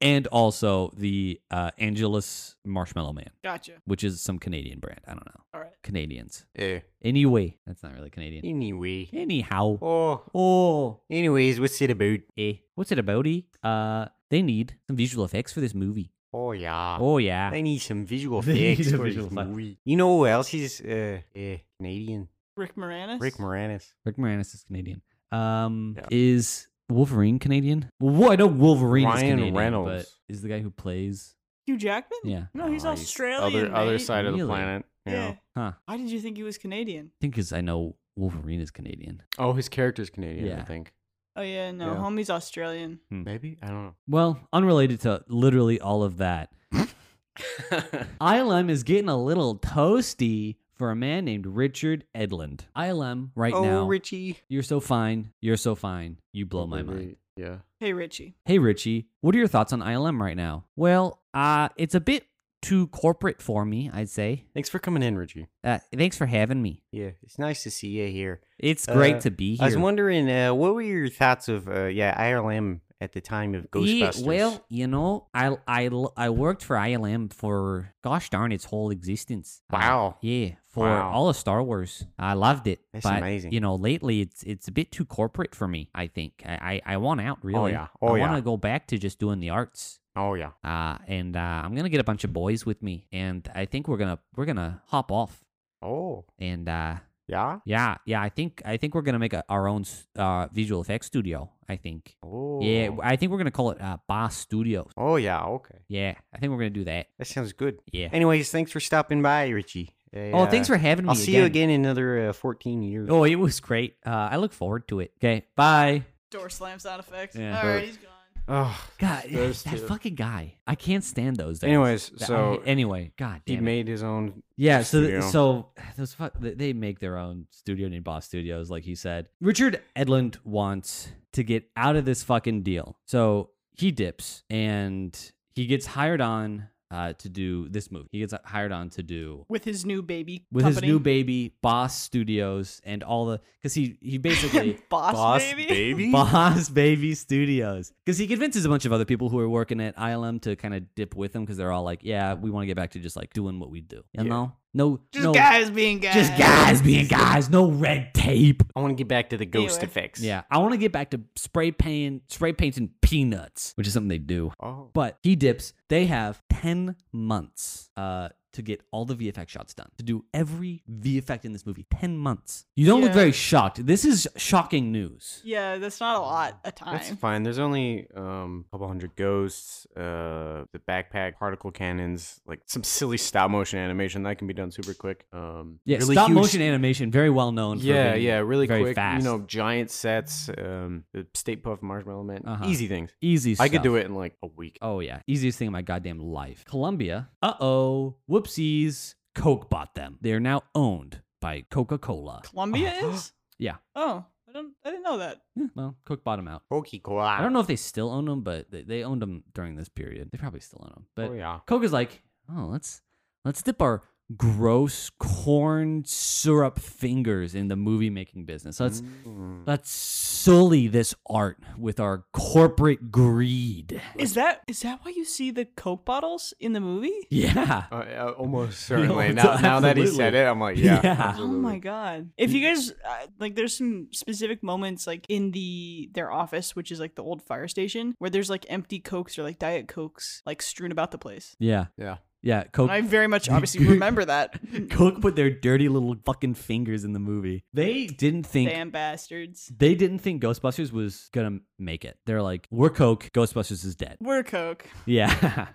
[SPEAKER 2] and also the uh, Angelus Marshmallow Man,
[SPEAKER 3] Gotcha.
[SPEAKER 2] which is some Canadian brand. I don't know
[SPEAKER 3] All right.
[SPEAKER 2] Canadians.
[SPEAKER 1] Eh.
[SPEAKER 2] Anyway, that's not really Canadian.
[SPEAKER 1] Anyway.
[SPEAKER 2] Anyhow,
[SPEAKER 1] Oh.
[SPEAKER 2] oh,
[SPEAKER 1] Anyways, what's it about?
[SPEAKER 2] eh, what's it about? eh? Uh, they need some visual effects for this movie.
[SPEAKER 1] Oh yeah.
[SPEAKER 2] Oh yeah,
[SPEAKER 1] They need some visual
[SPEAKER 2] They need
[SPEAKER 1] effects
[SPEAKER 2] a
[SPEAKER 1] for
[SPEAKER 2] visual
[SPEAKER 1] this
[SPEAKER 2] effect.
[SPEAKER 1] movie. You know who else is uh, eh, Canadian?
[SPEAKER 3] Rick Moranis?
[SPEAKER 1] Rick Moranis.
[SPEAKER 2] Rick Moranis is Canadian. Um,
[SPEAKER 1] Yeah.
[SPEAKER 2] is Wolverine Canadian? Well, I know Wolverine is
[SPEAKER 1] Ryan
[SPEAKER 2] Canadian, but
[SPEAKER 1] Reynolds.
[SPEAKER 2] is the guy who plays?
[SPEAKER 3] Hugh Jackman?
[SPEAKER 2] Yeah,
[SPEAKER 3] No, he's
[SPEAKER 1] Aw,
[SPEAKER 3] Australian.
[SPEAKER 1] Oh, Other other
[SPEAKER 3] mate.
[SPEAKER 1] side of the
[SPEAKER 2] Really?
[SPEAKER 1] planet. you
[SPEAKER 3] Yeah.
[SPEAKER 1] know.
[SPEAKER 2] huh? I
[SPEAKER 3] Why did you think he was Canadian?
[SPEAKER 2] think because I know Wolverine is Canadian.
[SPEAKER 1] Oh, his character's Canadian, I
[SPEAKER 2] Yeah.
[SPEAKER 1] think.
[SPEAKER 3] Oh yeah, no,
[SPEAKER 1] Yeah.
[SPEAKER 3] homie's Australian.
[SPEAKER 1] Maybe I don't
[SPEAKER 2] Well, unrelated to literally all of that,
[SPEAKER 1] know.
[SPEAKER 2] ILM is getting a little toasty for a man named Richard Edlund. ILM, right
[SPEAKER 1] oh,
[SPEAKER 2] now,
[SPEAKER 1] Richie.
[SPEAKER 2] you're so fine. You're so fine. You
[SPEAKER 1] Oh,
[SPEAKER 2] blow my mind.
[SPEAKER 1] Yeah.
[SPEAKER 3] Hey Richie.
[SPEAKER 2] Hey, Richie, what are your thoughts on ILM right now? Well, uh, it's a bit too corporate for me, I'd say.
[SPEAKER 1] Thanks for coming in, Richie.
[SPEAKER 2] Uh, thanks for having me.
[SPEAKER 1] Yeah, it's nice to see you here.
[SPEAKER 2] It's great
[SPEAKER 1] Uh,
[SPEAKER 2] to be here.
[SPEAKER 1] I was wondering, uh, what were your thoughts of uh, yeah ILM at the time of
[SPEAKER 2] Yeah,
[SPEAKER 1] Ghostbusters?
[SPEAKER 2] well, you know, I, I, I worked for ILM for, gosh darn, its whole existence. Uh,
[SPEAKER 1] Wow.
[SPEAKER 2] yeah, for
[SPEAKER 1] Wow.
[SPEAKER 2] all of Star Wars. I loved it.
[SPEAKER 1] That's
[SPEAKER 2] but,
[SPEAKER 1] amazing.
[SPEAKER 2] You know, lately it's it's a bit too corporate for me. I think I I, I want out really.
[SPEAKER 1] yeah. Oh,
[SPEAKER 2] I
[SPEAKER 1] yeah.
[SPEAKER 2] want to go back to just doing the arts.
[SPEAKER 1] Oh yeah.
[SPEAKER 2] Uh, and uh, I'm gonna get a bunch of boys with me, and I think we're gonna we're gonna hop off.
[SPEAKER 1] Oh
[SPEAKER 2] And uh,
[SPEAKER 1] yeah.
[SPEAKER 2] yeah, yeah, I think I think we're gonna make a, our own s- uh, visual effects studio. I think.
[SPEAKER 1] Oh
[SPEAKER 2] Yeah, I think we're gonna call it uh, Boss Studios.
[SPEAKER 1] Oh yeah. Okay.
[SPEAKER 2] Yeah, I think we're gonna do that.
[SPEAKER 1] That sounds good.
[SPEAKER 2] Yeah.
[SPEAKER 1] Anyways, thanks for stopping by, Richie. uh,
[SPEAKER 2] oh, thanks for having me.
[SPEAKER 1] I'll see you again in another uh, 14 years.
[SPEAKER 2] Oh, it was great. Uh, I look forward to it. Okay, bye.
[SPEAKER 3] Door slam sound effects.
[SPEAKER 2] Yeah.
[SPEAKER 3] All right,
[SPEAKER 1] Door-
[SPEAKER 3] he's gone.
[SPEAKER 1] Ugh.
[SPEAKER 2] God,
[SPEAKER 1] Those
[SPEAKER 2] that
[SPEAKER 1] two.
[SPEAKER 2] fucking guy. I can't stand those. Things.
[SPEAKER 1] Anyways,
[SPEAKER 2] Th- I-
[SPEAKER 1] so
[SPEAKER 2] anyway, God
[SPEAKER 1] he
[SPEAKER 2] damn. it.
[SPEAKER 1] made his own.
[SPEAKER 2] yeah, so th-
[SPEAKER 1] studio.
[SPEAKER 2] so those fuck, they make their own studio named Boss Studios, like he said. Richard Edlund wants to get out of this fucking deal, so he dips and he gets hired on uh, to do this movie. He gets hired on to do
[SPEAKER 3] With his new baby.
[SPEAKER 2] with
[SPEAKER 3] company.
[SPEAKER 2] his new baby, Boss Studios, and all the because he he basically.
[SPEAKER 3] boss,
[SPEAKER 1] Boss
[SPEAKER 3] baby.
[SPEAKER 1] baby?
[SPEAKER 2] Boss Baby Studios. Because he convinces a bunch of other people who are working at ILM to kind of dip with him because they're all like, yeah, we want to get back to just like doing what we do.
[SPEAKER 1] Yeah.
[SPEAKER 2] You know? No,
[SPEAKER 3] Just
[SPEAKER 2] no,
[SPEAKER 3] guys being guys.
[SPEAKER 2] just guys being guys. No red tape.
[SPEAKER 1] I want to get back to the ghost
[SPEAKER 3] Anyway.
[SPEAKER 1] effects.
[SPEAKER 2] Yeah, I want to get back to spray paint, spray paints and peanuts, which is something they do.
[SPEAKER 1] Oh.
[SPEAKER 2] But he dips. They have 10 months uh, to get all the VFX shots done, to do every VFX in this movie. 10 months. You don't look
[SPEAKER 3] Yeah.
[SPEAKER 2] very shocked. This is shocking news.
[SPEAKER 3] Yeah, that's not a lot of
[SPEAKER 1] That's
[SPEAKER 3] time.
[SPEAKER 1] fine. There's only um, a couple hundred ghosts, uh, the backpack, particle cannons, like some silly stop motion animation that can be done super quick. Um,
[SPEAKER 2] Yeah,
[SPEAKER 1] really
[SPEAKER 2] stop
[SPEAKER 1] huge-
[SPEAKER 2] motion animation, very well known. For
[SPEAKER 1] Yeah,
[SPEAKER 2] being
[SPEAKER 1] yeah, really
[SPEAKER 2] very
[SPEAKER 1] quick.
[SPEAKER 2] Fast.
[SPEAKER 1] You know, giant sets, um, the state puff marshmallow man,
[SPEAKER 2] Uh-huh.
[SPEAKER 1] easy things.
[SPEAKER 2] easy.
[SPEAKER 1] I could do it in like a week.
[SPEAKER 2] Oh yeah, easiest thing in my goddamn life. Colombia. Uh oh. Whoopsies. Coke bought them. They are now owned by Coca Cola.
[SPEAKER 3] Columbia
[SPEAKER 1] Oh.
[SPEAKER 3] is.
[SPEAKER 2] uh-huh. Yeah.
[SPEAKER 3] Oh, I don't. I didn't know that.
[SPEAKER 2] well, Coke bought them out.
[SPEAKER 1] Pokey Cola.
[SPEAKER 2] I don't know if they still own them, but they, they owned them during this period. They probably still own them. But
[SPEAKER 1] oh yeah.
[SPEAKER 2] Coke is like, oh, let's let's dip our gross corn syrup fingers in the movie making business. Let's
[SPEAKER 1] Mm.
[SPEAKER 2] let's sully this art with our corporate greed.
[SPEAKER 3] Is that is that why you see the Coke bottles in the movie?
[SPEAKER 2] Yeah.
[SPEAKER 1] Uh, uh, almost certainly.
[SPEAKER 2] it's
[SPEAKER 1] now, now that he said
[SPEAKER 2] absolutely-
[SPEAKER 1] it, I'm like, yeah.
[SPEAKER 2] Yeah.
[SPEAKER 3] Oh
[SPEAKER 1] absolutely.
[SPEAKER 3] my god! If you guys uh, like, there's some specific moments like in the their office, which is like the old fire station, where there's like empty cokes or like diet cokes like strewn about the place.
[SPEAKER 2] Yeah.
[SPEAKER 1] Yeah.
[SPEAKER 2] Yeah.
[SPEAKER 3] And
[SPEAKER 2] Coke.
[SPEAKER 3] I very much obviously remember that.
[SPEAKER 2] Coke put their dirty little fucking fingers in the movie. They didn't think. Mm.
[SPEAKER 3] Damn bastards.
[SPEAKER 2] They didn't think Ghostbusters was gonna make it. They're like, we're Coke. Ghostbusters is dead.
[SPEAKER 3] We're Coke.
[SPEAKER 2] Yeah.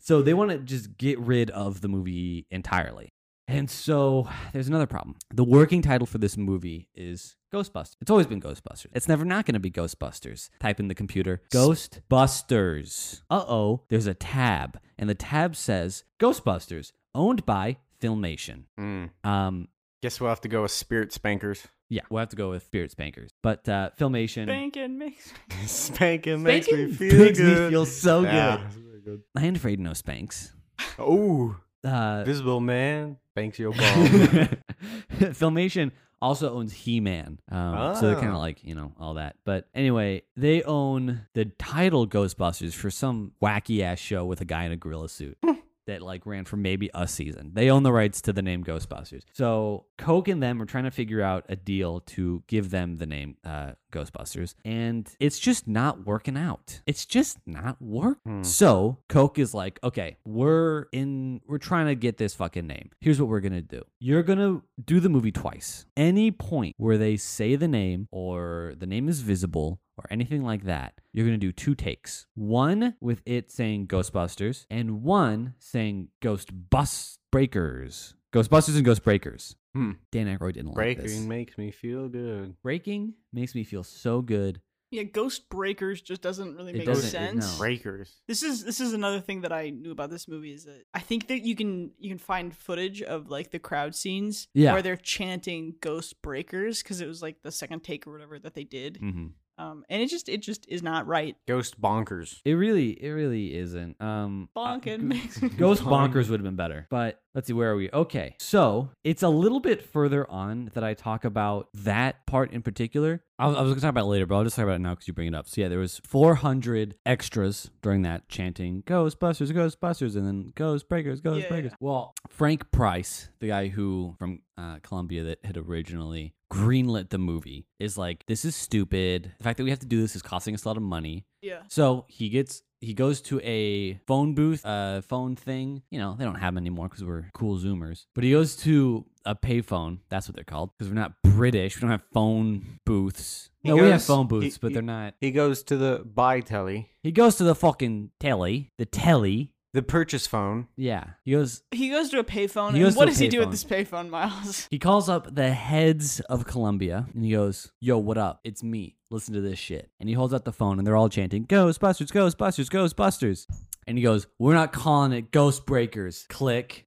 [SPEAKER 2] so they want to just get rid of the movie entirely. And so there's another problem. The working title for this movie is Ghostbusters. It's always been Ghostbusters. It's never not going to be Ghostbusters. Type in the computer Ghostbusters. Uh oh, there's a tab, and the tab says Ghostbusters, owned by Filmation.
[SPEAKER 1] Mm.
[SPEAKER 2] Um,
[SPEAKER 1] Guess we'll have to go with Spirit Spankers.
[SPEAKER 2] yeah, we'll have to go with Spirit Spankers, but uh, Filmation
[SPEAKER 3] Banking makes.
[SPEAKER 1] Spanking makes me
[SPEAKER 2] Spanking
[SPEAKER 1] feel
[SPEAKER 2] makes me
[SPEAKER 1] good.
[SPEAKER 2] feel so
[SPEAKER 1] Yeah,
[SPEAKER 2] good.
[SPEAKER 1] it's really good.
[SPEAKER 2] I ain't afraid of no spanks.
[SPEAKER 1] Oh,
[SPEAKER 2] Uh,
[SPEAKER 1] Visible Man banks your ball.
[SPEAKER 2] Filmation also owns He Man. Um, So they're kind of
[SPEAKER 1] Oh.
[SPEAKER 2] like, you know, all that. But anyway, they own the title Ghostbusters for some wacky ass show with a guy in a gorilla suit.
[SPEAKER 1] Hmm.
[SPEAKER 2] That like ran for maybe a season. They own the rights to the name Ghostbusters. So Coke and them are trying to figure out a deal to give them the name uh, Ghostbusters, and it's just not working out. It's just not working.
[SPEAKER 1] Hmm.
[SPEAKER 2] So Coke is like, okay, we're in, we're trying to get this fucking name. Here's what we're gonna do. You're gonna do the movie twice. Any point where they say the name or the name is visible or anything like that, you're gonna do two takes. One with it saying Ghostbusters and one saying Ghost Bus Breakers. Ghostbusters and Ghost Breakers.
[SPEAKER 1] Hmm.
[SPEAKER 2] Dan Aykroyd didn't like this.
[SPEAKER 1] Breaking makes me feel good.
[SPEAKER 2] Breaking makes me feel so good.
[SPEAKER 3] Yeah, Ghost Breakers just doesn't really
[SPEAKER 2] It
[SPEAKER 3] make
[SPEAKER 2] doesn't-
[SPEAKER 3] sense.
[SPEAKER 2] no.
[SPEAKER 1] Breakers.
[SPEAKER 3] This is this is another thing that I knew about this movie is that I think that you can you can find footage of like the crowd scenes
[SPEAKER 2] Yeah.
[SPEAKER 3] where they're chanting "Ghost Breakers" because it was like the second take or whatever that they did,
[SPEAKER 2] Mm-hmm.
[SPEAKER 3] um, and it just it just is not right.
[SPEAKER 1] Ghost bonkers.
[SPEAKER 2] It really, it really isn't. Um, uh,
[SPEAKER 3] Bonkin
[SPEAKER 2] g-
[SPEAKER 3] makes me
[SPEAKER 2] Ghost
[SPEAKER 1] Bonk.
[SPEAKER 2] Bonkers would have been better, but Let's see, where are we? Okay. So it's a little bit further on that I talk about that part in particular. I was, I was going to talk about it later, but I'll just talk about it now because you bring it up. So yeah, there was 400 extras during that chanting Ghostbusters, Ghostbusters, and then Ghost Breakers, Ghost
[SPEAKER 3] Yeah,
[SPEAKER 2] Breakers. Well, Frank Price, the guy who from uh, Columbia that had originally greenlit the movie, is like, this is stupid. The fact that we have to do this is costing us a lot of money.
[SPEAKER 3] Yeah.
[SPEAKER 2] So he gets he goes to a phone booth, a phone thing. You know they don't have them anymore because we're cool Zoomers. But he goes to a payphone. That's what they're called because we're not British. We don't have phone booths.
[SPEAKER 1] He
[SPEAKER 2] no, we have
[SPEAKER 1] goes-
[SPEAKER 2] phone booths,
[SPEAKER 1] he-
[SPEAKER 2] but
[SPEAKER 1] he-
[SPEAKER 2] they're not.
[SPEAKER 1] He goes to the buy telly,
[SPEAKER 2] He goes to the fucking telly, the telly.
[SPEAKER 1] the purchase phone.
[SPEAKER 2] Yeah, he goes.
[SPEAKER 3] He goes to a payphone.
[SPEAKER 2] He
[SPEAKER 3] And
[SPEAKER 2] goes
[SPEAKER 3] what
[SPEAKER 2] to a
[SPEAKER 3] does he do
[SPEAKER 2] payphone.
[SPEAKER 3] with this payphone, Miles?
[SPEAKER 2] He calls up the heads of Columbia and he goes, "Yo, what up? It's me. Listen to this shit." And he holds out the phone and they're all chanting, "Ghostbusters, Ghostbusters, Ghostbusters." And he goes, "We're not calling it Ghost Breakers." Click.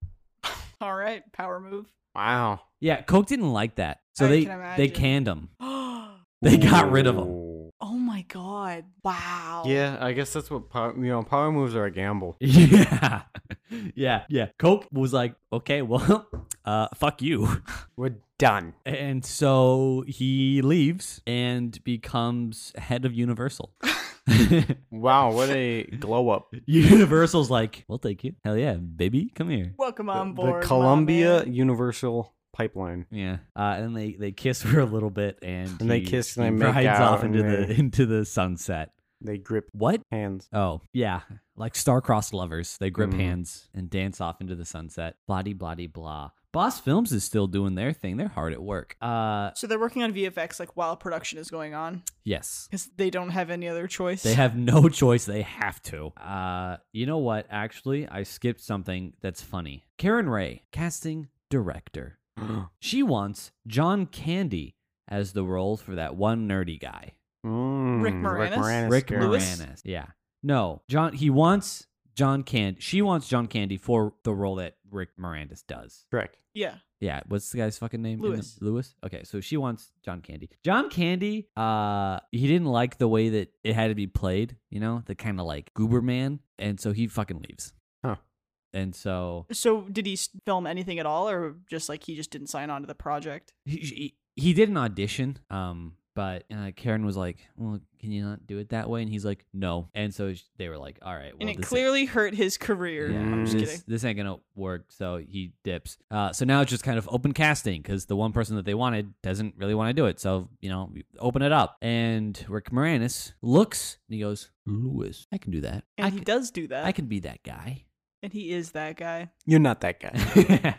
[SPEAKER 3] All right, power move.
[SPEAKER 1] Wow.
[SPEAKER 2] Yeah, Coke didn't like that, so
[SPEAKER 3] I
[SPEAKER 2] they
[SPEAKER 3] can
[SPEAKER 2] they
[SPEAKER 3] imagine.
[SPEAKER 2] canned him.
[SPEAKER 3] oh
[SPEAKER 2] They got rid of him.
[SPEAKER 1] Ooh.
[SPEAKER 3] my god! Wow.
[SPEAKER 1] Yeah, I guess that's what power, you know. Power moves are a gamble.
[SPEAKER 2] Yeah, yeah, yeah. Coke was like, okay, well, uh, fuck you.
[SPEAKER 1] We're done.
[SPEAKER 2] And so he leaves and becomes head of Universal.
[SPEAKER 1] Wow, what a glow up.
[SPEAKER 2] Universal's like, we'll take you. Hell yeah, baby, come here.
[SPEAKER 3] Welcome on
[SPEAKER 1] The-
[SPEAKER 3] board,
[SPEAKER 1] the
[SPEAKER 3] my
[SPEAKER 1] Columbia
[SPEAKER 3] man.
[SPEAKER 1] Universal Pipeline.
[SPEAKER 2] Yeah, uh, and they they kiss for a little bit, and
[SPEAKER 1] And they
[SPEAKER 2] he-
[SPEAKER 1] kiss
[SPEAKER 2] he
[SPEAKER 1] and they make
[SPEAKER 2] rides
[SPEAKER 1] out
[SPEAKER 2] off
[SPEAKER 1] and
[SPEAKER 2] into the
[SPEAKER 1] they-
[SPEAKER 2] into the sunset.
[SPEAKER 1] They grip
[SPEAKER 2] What
[SPEAKER 1] hands.
[SPEAKER 2] Oh, yeah. Like star-crossed lovers. They grip
[SPEAKER 1] Mhm.
[SPEAKER 2] hands and dance off into the sunset. Blah de blah de blah. Boss Films is still doing their thing. They're hard at work. Uh
[SPEAKER 3] So they're working on VFX like while production is going on
[SPEAKER 2] yes.
[SPEAKER 3] because they don't have any other choice.
[SPEAKER 2] They have no choice. They have to. Uh you know what? Actually, I skipped something that's funny. Karen Ray, casting director. She wants John Candy as the role for that one nerdy guy.
[SPEAKER 1] Mm,
[SPEAKER 3] Moranis?
[SPEAKER 2] Rick
[SPEAKER 1] character.
[SPEAKER 3] Lewis?
[SPEAKER 2] Moranis. Yeah. No, John. He wants John Candy. She wants John Candy for the role that Rick Moranis does.
[SPEAKER 1] Correct.
[SPEAKER 3] yeah.
[SPEAKER 2] Yeah. What's the guy's fucking name? in the-
[SPEAKER 3] Lewis.
[SPEAKER 2] Lewis. Okay. So she wants John Candy. John Candy. Uh, he didn't like the way that it had to be played. You know, the kind of like goober man, and so he fucking leaves.
[SPEAKER 1] Huh.
[SPEAKER 2] And so
[SPEAKER 3] So did he s- film anything at all, or just like he just didn't sign on to the project?
[SPEAKER 2] he- he, he did an audition. Um. But uh, Karen was like, "Well, can you not do it that way?" And he's like, "No." And so sh- they were like, "All right." Well,
[SPEAKER 3] and it
[SPEAKER 2] this-
[SPEAKER 3] clearly hurt his career.
[SPEAKER 2] Yeah,
[SPEAKER 3] I'm just
[SPEAKER 2] this,
[SPEAKER 3] kidding.
[SPEAKER 2] this ain't gonna work. So he dips. Uh, so now it's just kind of open casting because the one person that they wanted doesn't really want to do it. So you know, we open it up. And Rick Moranis looks and he goes, "Lewis, I can do that.
[SPEAKER 3] And
[SPEAKER 2] I
[SPEAKER 3] he
[SPEAKER 2] can,
[SPEAKER 3] does do that.
[SPEAKER 2] I can be that guy.
[SPEAKER 3] and he is that guy.
[SPEAKER 1] You're not that guy.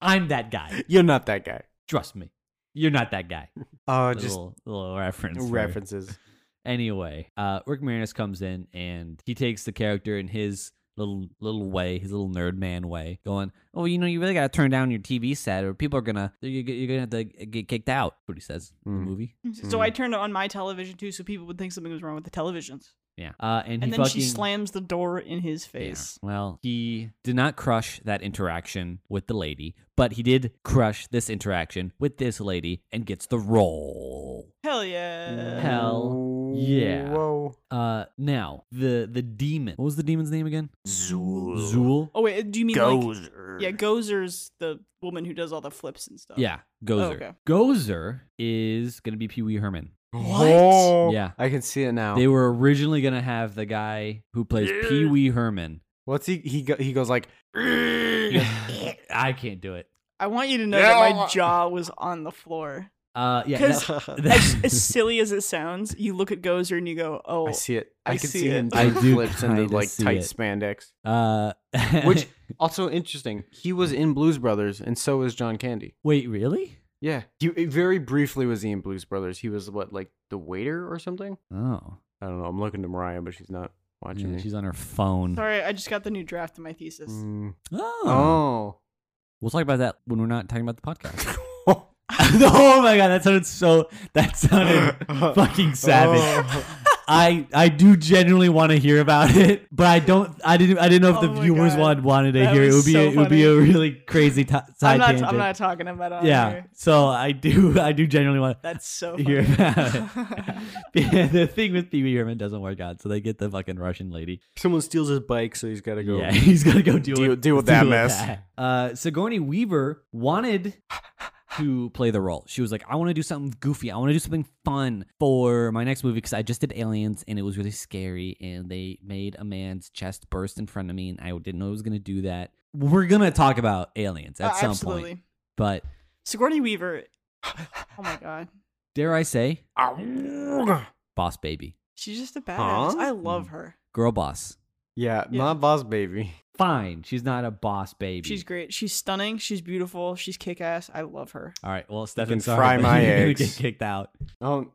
[SPEAKER 2] I'm that guy.
[SPEAKER 1] You're not that guy.
[SPEAKER 2] Trust me. You're not that guy.
[SPEAKER 1] Uh, just
[SPEAKER 2] little, little reference. for-
[SPEAKER 1] references.
[SPEAKER 2] Anyway, uh, Rick Moranis comes in and he takes the character in his little little way, his little nerd man way, going, "Oh, you know, you really gotta turn down your TV set, or people are gonna you're, you're gonna have to get kicked out." That's What he says in the
[SPEAKER 1] Mm.
[SPEAKER 2] movie.
[SPEAKER 3] So
[SPEAKER 2] Hmm.
[SPEAKER 3] I turned on my television too, so people would think something was wrong with the televisions.
[SPEAKER 2] Yeah, uh, and,
[SPEAKER 3] And,
[SPEAKER 2] he
[SPEAKER 3] then
[SPEAKER 2] fucking,
[SPEAKER 3] she slams the door in his
[SPEAKER 2] Yeah.
[SPEAKER 3] face.
[SPEAKER 2] Well, he did not crush that interaction with the lady, but he did crush this interaction with this lady and gets the role.
[SPEAKER 3] Hell yeah.
[SPEAKER 2] Hell yeah.
[SPEAKER 1] Whoa.
[SPEAKER 2] Uh, now the the demon. What was the demon's name again? Zool. Zool.
[SPEAKER 3] Oh wait, do you mean like Yeah, Gozer's the woman who does all the flips and stuff.
[SPEAKER 2] Yeah, Gozer.
[SPEAKER 3] Oh, okay.
[SPEAKER 2] Gozer is gonna be Pee Wee Herman.
[SPEAKER 3] What?
[SPEAKER 1] Oh,
[SPEAKER 2] Yeah.
[SPEAKER 1] I can see it now.
[SPEAKER 2] They were originally gonna have the guy who plays Pee Wee Herman.
[SPEAKER 1] What's he? He go, he goes like.
[SPEAKER 2] I can't do it.
[SPEAKER 3] I want you to know that
[SPEAKER 1] uh,
[SPEAKER 3] my jaw was on the floor.
[SPEAKER 2] Uh, yeah,
[SPEAKER 3] 'Cause-
[SPEAKER 1] I
[SPEAKER 3] As,
[SPEAKER 2] that-
[SPEAKER 3] as silly as it sounds, you look at Gozer and you go, "Oh,
[SPEAKER 1] see it.
[SPEAKER 3] I
[SPEAKER 1] I, can
[SPEAKER 3] see
[SPEAKER 1] see,
[SPEAKER 3] it.
[SPEAKER 1] him.
[SPEAKER 2] I
[SPEAKER 1] doing
[SPEAKER 2] do
[SPEAKER 1] flips into
[SPEAKER 2] kinda
[SPEAKER 1] like
[SPEAKER 2] see
[SPEAKER 1] tight
[SPEAKER 2] it.
[SPEAKER 1] spandex.
[SPEAKER 2] uh,
[SPEAKER 1] Which also interesting. He was in Blues Brothers, and so was John Candy.
[SPEAKER 2] wait, really?
[SPEAKER 1] Yeah, he very briefly was he in Blues Brothers. He was what like the waiter or something.
[SPEAKER 2] Oh,
[SPEAKER 1] I don't know. I'm looking to Mariah, but she's not watching
[SPEAKER 2] yeah,
[SPEAKER 1] me.
[SPEAKER 2] Mm. she's on her phone.
[SPEAKER 3] sorry, I just got the new draft of my thesis."
[SPEAKER 1] Mm.
[SPEAKER 2] Oh.
[SPEAKER 1] Oh.
[SPEAKER 2] we'll talk about that when we're not talking about the podcast. oh my god, that sounded so. That sounded fucking savage. I I do genuinely want to hear about it, but I don't. I didn't. I didn't know if
[SPEAKER 3] Oh
[SPEAKER 2] the
[SPEAKER 3] my
[SPEAKER 2] viewers
[SPEAKER 3] God.
[SPEAKER 2] wanted wanted to
[SPEAKER 3] That
[SPEAKER 2] hear. It
[SPEAKER 3] was
[SPEAKER 2] would be
[SPEAKER 3] so
[SPEAKER 2] a, it would be a
[SPEAKER 3] funny.
[SPEAKER 2] really crazy t- side
[SPEAKER 3] I'm not.
[SPEAKER 2] tangent.
[SPEAKER 3] I'm not talking about it. on
[SPEAKER 2] yeah.
[SPEAKER 3] here.
[SPEAKER 2] So I do. I do genuinely want.
[SPEAKER 3] That's so.
[SPEAKER 2] Hear
[SPEAKER 3] funny.
[SPEAKER 2] about it. the thing with Pee Wee Herman doesn't work out, so they get the fucking Russian lady.
[SPEAKER 1] Someone steals his bike, so he's got to go.
[SPEAKER 2] Yeah, he's gonna go deal,
[SPEAKER 1] Deal-
[SPEAKER 2] with,
[SPEAKER 1] deal with that mess.
[SPEAKER 2] Uh, Sigourney Weaver wanted to play the role. She was like, "I want to do something goofy. I want to do something fun for my next movie because I just did Aliens and it was really scary and they made a man's chest burst in front of me and I didn't know I was gonna do that." We're gonna talk about Aliens at
[SPEAKER 3] Oh,
[SPEAKER 2] some
[SPEAKER 3] absolutely.
[SPEAKER 2] point, but
[SPEAKER 3] Sigourney Weaver. Oh my god,
[SPEAKER 2] dare I say,
[SPEAKER 1] Ow.
[SPEAKER 2] Boss Baby,
[SPEAKER 3] she's just a badass.
[SPEAKER 1] Huh?
[SPEAKER 3] I love her.
[SPEAKER 2] girl boss.
[SPEAKER 1] Yeah,
[SPEAKER 3] Yeah.
[SPEAKER 1] not boss baby.
[SPEAKER 2] Fine, she's not a boss baby.
[SPEAKER 3] She's great. She's stunning. She's beautiful. She's kick ass. I love her.
[SPEAKER 2] All right, well, Stefan,
[SPEAKER 1] can
[SPEAKER 2] sorry,
[SPEAKER 1] fry
[SPEAKER 2] but
[SPEAKER 1] my
[SPEAKER 2] you're gonna
[SPEAKER 1] eggs.
[SPEAKER 2] Get kicked out.
[SPEAKER 1] Oh,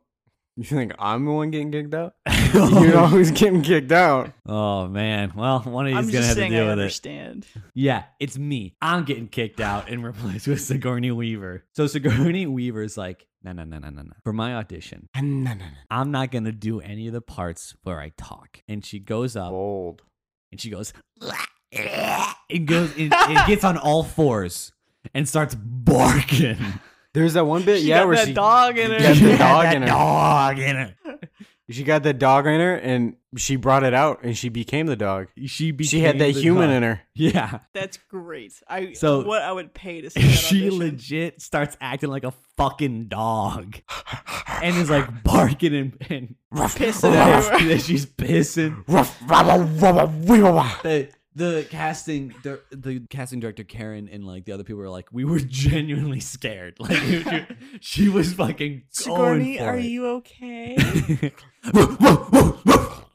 [SPEAKER 1] you think I'm the one getting kicked out? You're always getting kicked out.
[SPEAKER 2] Oh man. Well, one of you's
[SPEAKER 3] I'm
[SPEAKER 2] gonna
[SPEAKER 3] just
[SPEAKER 2] have to
[SPEAKER 3] saying
[SPEAKER 2] deal
[SPEAKER 3] I
[SPEAKER 2] with it.
[SPEAKER 3] understand.
[SPEAKER 2] Yeah, it's me. I'm getting kicked out and replaced with Sigourney Weaver. So Sigourney Weaver's like, no, no, no, no, no, no. For my audition,
[SPEAKER 1] No, no, no.
[SPEAKER 2] I'm not gonna do any of the parts where I talk. And she goes up
[SPEAKER 1] Bold.
[SPEAKER 2] and she goes and goes and, and gets on all fours and starts barking.
[SPEAKER 1] There's that one bit,
[SPEAKER 3] She
[SPEAKER 1] yeah,
[SPEAKER 3] got
[SPEAKER 1] where
[SPEAKER 3] that
[SPEAKER 1] she
[SPEAKER 3] dog in
[SPEAKER 1] she
[SPEAKER 3] her.
[SPEAKER 1] got
[SPEAKER 2] She
[SPEAKER 1] the
[SPEAKER 2] had
[SPEAKER 1] dog
[SPEAKER 2] that
[SPEAKER 1] in her.
[SPEAKER 2] dog in her.
[SPEAKER 1] She got the dog in her, and she brought it out, and she became the dog.
[SPEAKER 2] She became
[SPEAKER 1] she had that human in her.
[SPEAKER 2] Yeah.
[SPEAKER 3] That's great. I
[SPEAKER 2] So-
[SPEAKER 3] so what I would pay to see that
[SPEAKER 2] she
[SPEAKER 3] audition.
[SPEAKER 2] legit starts acting like a fucking dog and is like barking and, and
[SPEAKER 3] Pissing
[SPEAKER 2] Ruff.
[SPEAKER 3] everywhere.
[SPEAKER 2] Yeah, she's pissing.
[SPEAKER 1] Ruff, rubba, rubba, wee, rubba.
[SPEAKER 2] The the casting the, the casting director Karen and like the other people were like, we were genuinely scared. Like it- it- she was fucking going
[SPEAKER 3] Sigourney,
[SPEAKER 2] for
[SPEAKER 3] are
[SPEAKER 2] it.
[SPEAKER 3] you okay?
[SPEAKER 2] Ruff, ruff, ruff, ruff.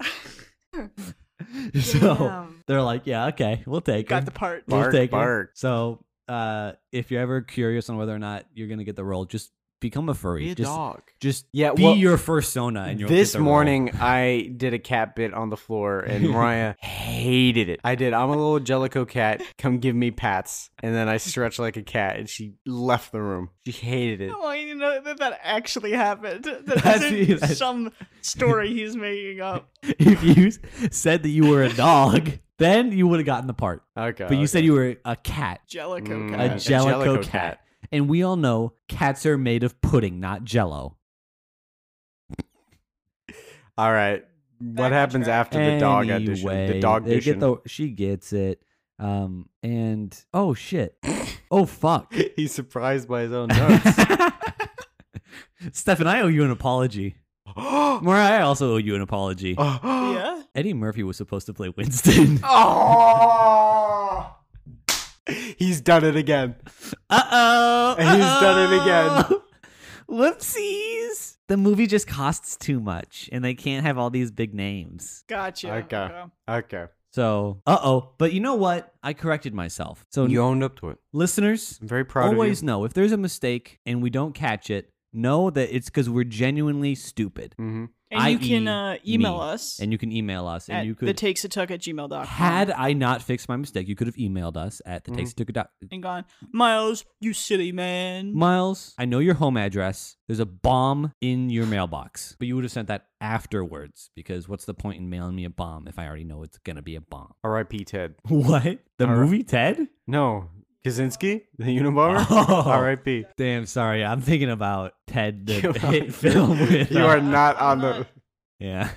[SPEAKER 2] so
[SPEAKER 3] Damn.
[SPEAKER 2] they're like, yeah, okay, we'll take
[SPEAKER 3] got
[SPEAKER 2] her.
[SPEAKER 3] the part.
[SPEAKER 2] We'll
[SPEAKER 1] Bark,
[SPEAKER 2] take her.
[SPEAKER 1] bark.
[SPEAKER 2] So uh, if you're ever curious on whether or not you're gonna get the role, just become a furry.
[SPEAKER 1] Be a
[SPEAKER 2] just
[SPEAKER 1] dog.
[SPEAKER 2] just
[SPEAKER 1] Yeah,
[SPEAKER 2] be
[SPEAKER 1] well,
[SPEAKER 2] your fursona and you'll get
[SPEAKER 1] this
[SPEAKER 2] the role.
[SPEAKER 1] morning I did a cat bit on the floor, and Mariah hated it. I did. I'm a little jellicoe cat. Come give me pats, and then I stretched like a cat, and she left the room. She hated it.
[SPEAKER 3] I want you to know that that actually happened. That
[SPEAKER 2] That's-
[SPEAKER 3] isn't
[SPEAKER 2] that's- Mm,
[SPEAKER 3] some story he's making up.
[SPEAKER 2] if you s- said that you were a dog, then you would have gotten the part.
[SPEAKER 1] Okay,
[SPEAKER 2] But you said you were a cat,
[SPEAKER 3] Jellicoe
[SPEAKER 1] Mm,
[SPEAKER 2] a
[SPEAKER 1] Uh,
[SPEAKER 3] cat.
[SPEAKER 1] a
[SPEAKER 2] jellico
[SPEAKER 1] Jellicoe
[SPEAKER 2] cat.
[SPEAKER 1] cat.
[SPEAKER 2] And we all know cats are made of pudding, not jello.
[SPEAKER 1] All right. What
[SPEAKER 3] Back on
[SPEAKER 1] happens
[SPEAKER 3] track.
[SPEAKER 1] after the dog audition?
[SPEAKER 2] Anyway,
[SPEAKER 1] The dog
[SPEAKER 2] they get
[SPEAKER 1] audition.
[SPEAKER 2] the, she gets it. Um and oh shit. oh fuck.
[SPEAKER 1] He's surprised by his own notes.
[SPEAKER 2] Stefan, I owe you an apology. Mariah, I also owe you an apology.
[SPEAKER 3] Yeah.
[SPEAKER 2] Eddie Murphy was supposed to play Winston.
[SPEAKER 1] Oh. He's done it again.
[SPEAKER 2] Uh oh.
[SPEAKER 1] And he's done it again.
[SPEAKER 2] Whoopsies. The movie just costs too much and they can't have all these big names.
[SPEAKER 3] Gotcha.
[SPEAKER 1] Okay. Okay.
[SPEAKER 2] So, uh oh. But you know what? I corrected myself. So,
[SPEAKER 1] You owned up to it.
[SPEAKER 2] listeners,
[SPEAKER 1] I'm very proud
[SPEAKER 2] always
[SPEAKER 1] of
[SPEAKER 2] know if there's a mistake and we don't catch it, know that it's because we're genuinely stupid.
[SPEAKER 1] you. Mm-hmm.
[SPEAKER 3] And you
[SPEAKER 2] I.e.
[SPEAKER 3] can uh, email
[SPEAKER 2] E, me.
[SPEAKER 3] us
[SPEAKER 2] And you can email us and
[SPEAKER 3] at
[SPEAKER 2] you
[SPEAKER 3] the
[SPEAKER 2] could.
[SPEAKER 3] takes a tuck at gmail.com.
[SPEAKER 2] had I not fixed my mistake, you could have emailed us at the
[SPEAKER 1] Mhm.
[SPEAKER 2] takes
[SPEAKER 3] and gone, Miles, you silly man.
[SPEAKER 2] Miles, I know your home address. There's a bomb in your mailbox, but you would have sent that afterwards because what's the point in mailing me a bomb if I already know it's going to be a bomb?
[SPEAKER 1] R.I.P. Ted.
[SPEAKER 2] What? The
[SPEAKER 1] All right.
[SPEAKER 2] movie Ted?
[SPEAKER 1] No, Kaczynski, the Unabomber.
[SPEAKER 2] Oh.
[SPEAKER 1] R.I.P.
[SPEAKER 2] Damn, sorry. I'm thinking about Ted, the
[SPEAKER 1] You are-
[SPEAKER 2] hit film. With,
[SPEAKER 1] You
[SPEAKER 2] uh,
[SPEAKER 1] are not on the.
[SPEAKER 3] not-
[SPEAKER 2] Yeah.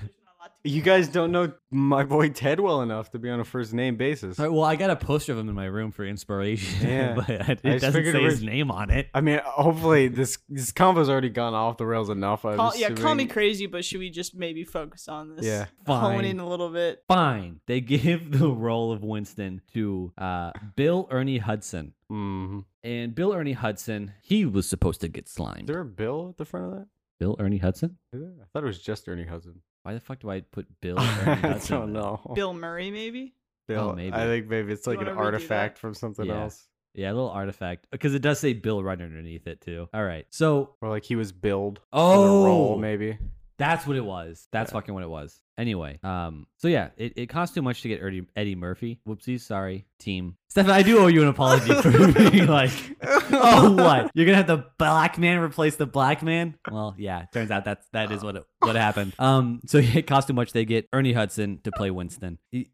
[SPEAKER 1] You guys don't know my boy Ted well enough to be on a first name basis.
[SPEAKER 2] All right, well, I got a poster of him in my room for inspiration,
[SPEAKER 1] Yeah.
[SPEAKER 2] but it
[SPEAKER 1] I just
[SPEAKER 2] doesn't
[SPEAKER 1] figured
[SPEAKER 2] say
[SPEAKER 1] we're-
[SPEAKER 2] his name on it.
[SPEAKER 1] I mean, hopefully this this convo's already gone off the rails enough. I'm
[SPEAKER 3] Call, yeah, call me
[SPEAKER 1] assuming.
[SPEAKER 3] crazy, but should we just maybe focus on this?
[SPEAKER 1] Yeah.
[SPEAKER 2] Fine.
[SPEAKER 3] Hone in a little bit.
[SPEAKER 2] Fine. They give the role of Winston to uh, Bill Ernie Hudson.
[SPEAKER 1] Mhm.
[SPEAKER 2] And Bill Ernie Hudson, he was supposed to get
[SPEAKER 1] Is
[SPEAKER 2] slimed.
[SPEAKER 1] there a bill at the front of that?
[SPEAKER 2] Bill Ernie Hudson?
[SPEAKER 1] Is there? I thought it was just Ernie Hudson.
[SPEAKER 2] Why the fuck do I put Bill Ernie
[SPEAKER 1] I
[SPEAKER 2] Hudson?
[SPEAKER 1] don't know.
[SPEAKER 3] Bill Murray, maybe?
[SPEAKER 1] Bill.
[SPEAKER 2] Oh, maybe.
[SPEAKER 1] I think maybe it's
[SPEAKER 3] You
[SPEAKER 1] like an
[SPEAKER 3] wanna redo that?
[SPEAKER 1] artifact from something
[SPEAKER 2] Yeah.
[SPEAKER 1] else,
[SPEAKER 2] Yeah, a little artifact because it does say Bill right underneath it too. All right, so
[SPEAKER 1] or like he was billed for the
[SPEAKER 2] oh,
[SPEAKER 1] role, maybe.
[SPEAKER 2] that's what it was. That's
[SPEAKER 1] Yeah.
[SPEAKER 2] fucking what it was. Anyway, um, so yeah, it, it costs too much to get Eddie, Eddie Murphy. Whoopsies, sorry, team. Stefan, I do owe you an apology for being like, oh, what? You're gonna have the black man replace the black man? Well, yeah, turns out that's that is what it, what happened. Um, so it cost too much. They get Ernie Hudson to play Winston. Y-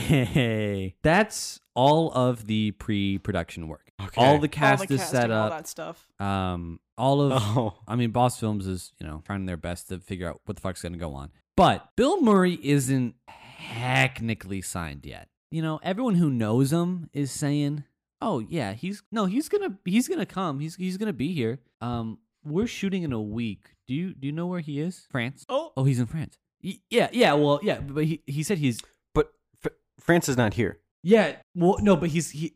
[SPEAKER 2] Yay! That's all of the pre-production work.
[SPEAKER 1] Okay.
[SPEAKER 2] All the cast is set
[SPEAKER 3] casting, all
[SPEAKER 2] up.
[SPEAKER 3] that stuff.
[SPEAKER 2] Um, all of
[SPEAKER 1] Oh.
[SPEAKER 2] I mean, Boss Films is, you know, trying their best to figure out what the fuck's going to go on. But Bill Murray isn't technically signed yet. You know, everyone who knows him is saying, "Oh yeah, he's no, he's going to he's going to come. He's he's going to be here. Um we're shooting in a week. Do you do you know where he is? France?
[SPEAKER 3] Oh,
[SPEAKER 2] Oh, he's in France. Y- yeah, yeah, well, yeah, but he he said he's
[SPEAKER 1] But F- France is not here.
[SPEAKER 2] yeah, well, no, but he's he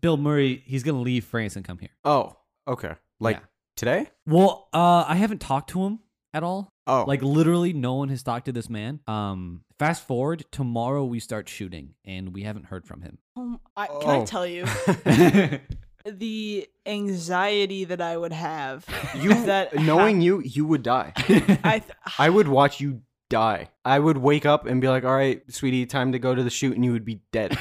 [SPEAKER 2] Bill Murray, he's going to leave France and come here.
[SPEAKER 1] Oh, okay. Like
[SPEAKER 2] Yeah.
[SPEAKER 1] today?
[SPEAKER 2] Well, uh I haven't talked to him at all.
[SPEAKER 1] Oh,
[SPEAKER 2] Like literally, no one has talked to this man. Um, fast forward tomorrow, we start shooting, and we haven't heard from him.
[SPEAKER 3] um, I, can I
[SPEAKER 1] Oh.
[SPEAKER 3] tell you
[SPEAKER 2] yeah,
[SPEAKER 3] the anxiety that I would have?
[SPEAKER 1] you
[SPEAKER 3] that-
[SPEAKER 1] knowing you, you would die.
[SPEAKER 3] I th-
[SPEAKER 1] I would watch you die. I would wake up and be like, "All right, sweetie, time to go to the shoot," and you would be dead,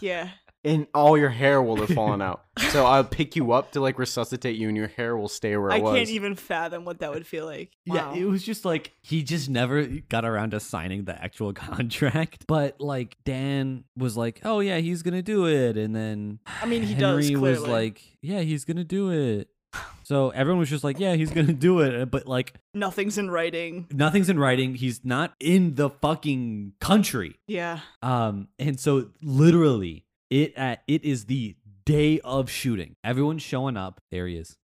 [SPEAKER 3] yeah.
[SPEAKER 1] and all your hair will have fallen out. So I'll pick you up to like resuscitate you, and your hair will stay where it
[SPEAKER 3] I
[SPEAKER 1] was.
[SPEAKER 3] can't even fathom what that would feel like. Wow.
[SPEAKER 2] it was just like he just never got around to signing the actual contract. But like Dan was like, "Oh yeah, he's gonna do it," and then
[SPEAKER 3] I mean, he
[SPEAKER 2] Henry
[SPEAKER 3] does clearly.
[SPEAKER 2] was like, "Yeah, he's gonna do it." So everyone was just like, "Yeah, he's gonna do it," but like
[SPEAKER 3] Nothing's in writing.
[SPEAKER 2] nothing's in writing. He's not in the fucking country.
[SPEAKER 3] Yeah.
[SPEAKER 2] Um, and so literally, it uh, it is the day of shooting. Everyone's showing up. There he is.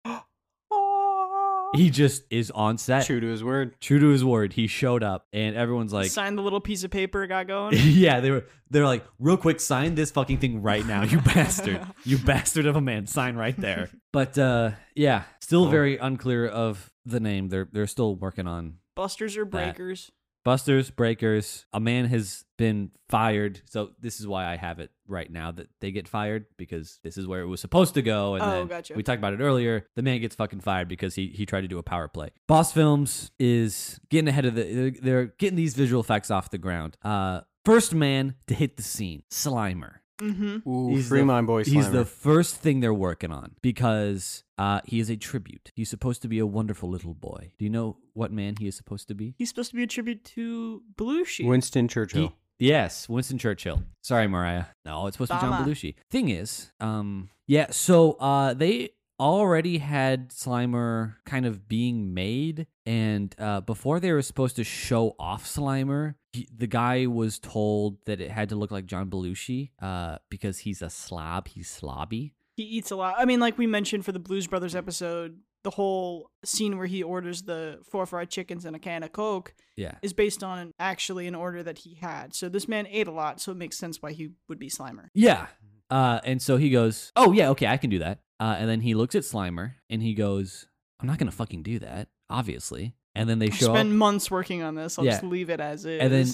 [SPEAKER 2] He just is on set.
[SPEAKER 1] True to his word.
[SPEAKER 2] True to his word, he showed up, and everyone's like,
[SPEAKER 3] Signed the little piece of paper, got going.
[SPEAKER 2] "Yeah, they were. They're like, real quick, sign this fucking thing right now, you bastard, you bastard of a man, sign right there." But uh, yeah, still
[SPEAKER 1] Cool.
[SPEAKER 2] very unclear of the name. They're they're still working on
[SPEAKER 3] Busters or breakers.
[SPEAKER 2] Busters, Breakers, a man has been fired. So this is why I have it right now that they get fired because this is where it was supposed to go. And
[SPEAKER 3] Oh,
[SPEAKER 2] then
[SPEAKER 3] gotcha.
[SPEAKER 2] we talked about it earlier. The man gets fucking fired because he he tried to do a power play. Boss Films is getting ahead of the they're, they're getting these visual effects off the ground. Uh first man to hit the scene, Slimer.
[SPEAKER 3] Mm-hmm.
[SPEAKER 1] Ooh,
[SPEAKER 2] He's
[SPEAKER 1] free
[SPEAKER 2] the-
[SPEAKER 1] mind boy.
[SPEAKER 2] He's
[SPEAKER 1] Slimer.
[SPEAKER 2] the first thing they're working on because uh, he is a tribute. He's supposed to be a wonderful little boy. Do you know what man he is supposed to be?
[SPEAKER 3] He's supposed to be a tribute to Belushi.
[SPEAKER 1] Winston Churchill.
[SPEAKER 2] He- yes, Winston Churchill. Sorry, Mariah. No, it's supposed to be John
[SPEAKER 3] Bummer.
[SPEAKER 2] Belushi. Thing is, um, yeah. So, uh, they already had Slimer kind of being made, and uh, before they were supposed to show off Slimer, he, the guy was told that it had to look like John Belushi, uh, because he's a slob. He's slobby.
[SPEAKER 3] he eats a lot. I mean, like we mentioned for the Blues Brothers episode, the whole scene where he orders the four fried chickens and a can of Coke
[SPEAKER 2] Yeah.
[SPEAKER 3] is based on actually an order that he had. So this man ate a lot, so it makes sense why he would be Slimer.
[SPEAKER 2] Yeah. Uh, and so he goes, Oh, yeah, okay, I can do that. Uh, and then he looks at Slimer and he goes, I'm not going to fucking do that, obviously. And then they show
[SPEAKER 3] Spend
[SPEAKER 2] up.
[SPEAKER 3] months working on this. I'll
[SPEAKER 2] Yeah.
[SPEAKER 3] just leave it as is.
[SPEAKER 2] And then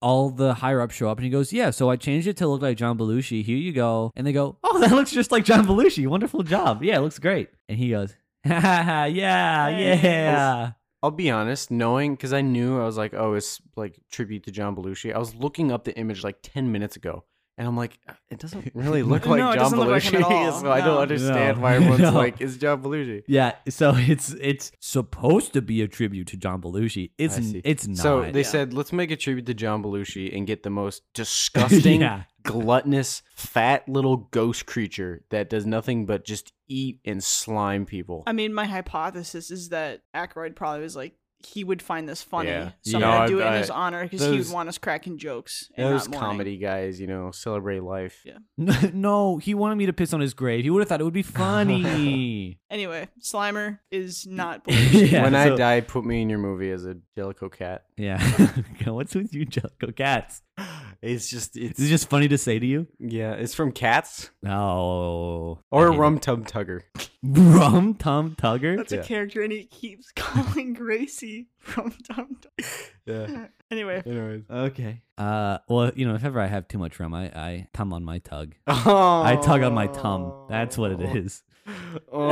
[SPEAKER 2] all the higher ups show up and he goes, Yeah, so I changed it to look like John Belushi. Here you go. And they go, Oh, that looks just like John Belushi. Wonderful job. Yeah, it looks great. And he goes, Ha ha ha, yeah,
[SPEAKER 3] Hey.
[SPEAKER 2] yeah.
[SPEAKER 1] I'll be honest, knowing because I knew I was like, oh, it's like tribute to John Belushi. I was looking up the image like ten minutes ago, and I'm like, "Uh, it doesn't really look
[SPEAKER 3] No,
[SPEAKER 1] like
[SPEAKER 3] it
[SPEAKER 1] John
[SPEAKER 3] doesn't look like
[SPEAKER 1] Belushi,
[SPEAKER 3] him at all.
[SPEAKER 1] so I don't
[SPEAKER 3] No.
[SPEAKER 1] understand why
[SPEAKER 2] No.
[SPEAKER 1] everyone's
[SPEAKER 2] No.
[SPEAKER 1] like, it's John Belushi.
[SPEAKER 2] Yeah, so it's it's supposed to be a tribute to John Belushi. It's
[SPEAKER 1] I see.
[SPEAKER 2] it's not.
[SPEAKER 1] So they
[SPEAKER 3] Yeah.
[SPEAKER 1] said, let's make a tribute to John Belushi and get the most disgusting,
[SPEAKER 2] Yeah.
[SPEAKER 1] gluttonous, fat little ghost creature that does nothing but just eat and slime people.
[SPEAKER 3] I mean, my hypothesis is that Aykroyd probably was like, he would find this funny.
[SPEAKER 1] Yeah.
[SPEAKER 3] So
[SPEAKER 2] Yeah.
[SPEAKER 3] I'm going
[SPEAKER 1] No,
[SPEAKER 3] to do it
[SPEAKER 1] I-
[SPEAKER 3] in his honor because he would
[SPEAKER 1] those-
[SPEAKER 3] want us cracking jokes. And
[SPEAKER 1] Those
[SPEAKER 3] not mourning.
[SPEAKER 1] comedy guys, you know, celebrate life.
[SPEAKER 3] Yeah.
[SPEAKER 2] no, he wanted me to piss on his grave. He would have thought it would be funny.
[SPEAKER 3] Anyway, Slimer is not Belushi.
[SPEAKER 2] yeah,
[SPEAKER 1] when I
[SPEAKER 2] so-
[SPEAKER 1] die, put me in your movie as a Jellicoe cat.
[SPEAKER 2] yeah. What's with you, Jellicoe cats?
[SPEAKER 1] It's just it's
[SPEAKER 2] Is it just funny to say to you?
[SPEAKER 1] yeah, it's from Cats
[SPEAKER 2] No. I
[SPEAKER 1] or
[SPEAKER 2] hate
[SPEAKER 1] Rum
[SPEAKER 2] it.
[SPEAKER 1] Tub Tugger.
[SPEAKER 2] Rum Tum Tugger.
[SPEAKER 3] That's
[SPEAKER 1] Yeah.
[SPEAKER 3] a character, and he keeps calling Gracie from Tom.
[SPEAKER 1] Yeah.
[SPEAKER 3] Anyway,
[SPEAKER 1] Anyways.
[SPEAKER 2] Okay. Uh, well, you know, if ever I have too much rum, I I tum on my tug.
[SPEAKER 1] Oh.
[SPEAKER 2] I tug on my tum. That's what it is.
[SPEAKER 1] Oh,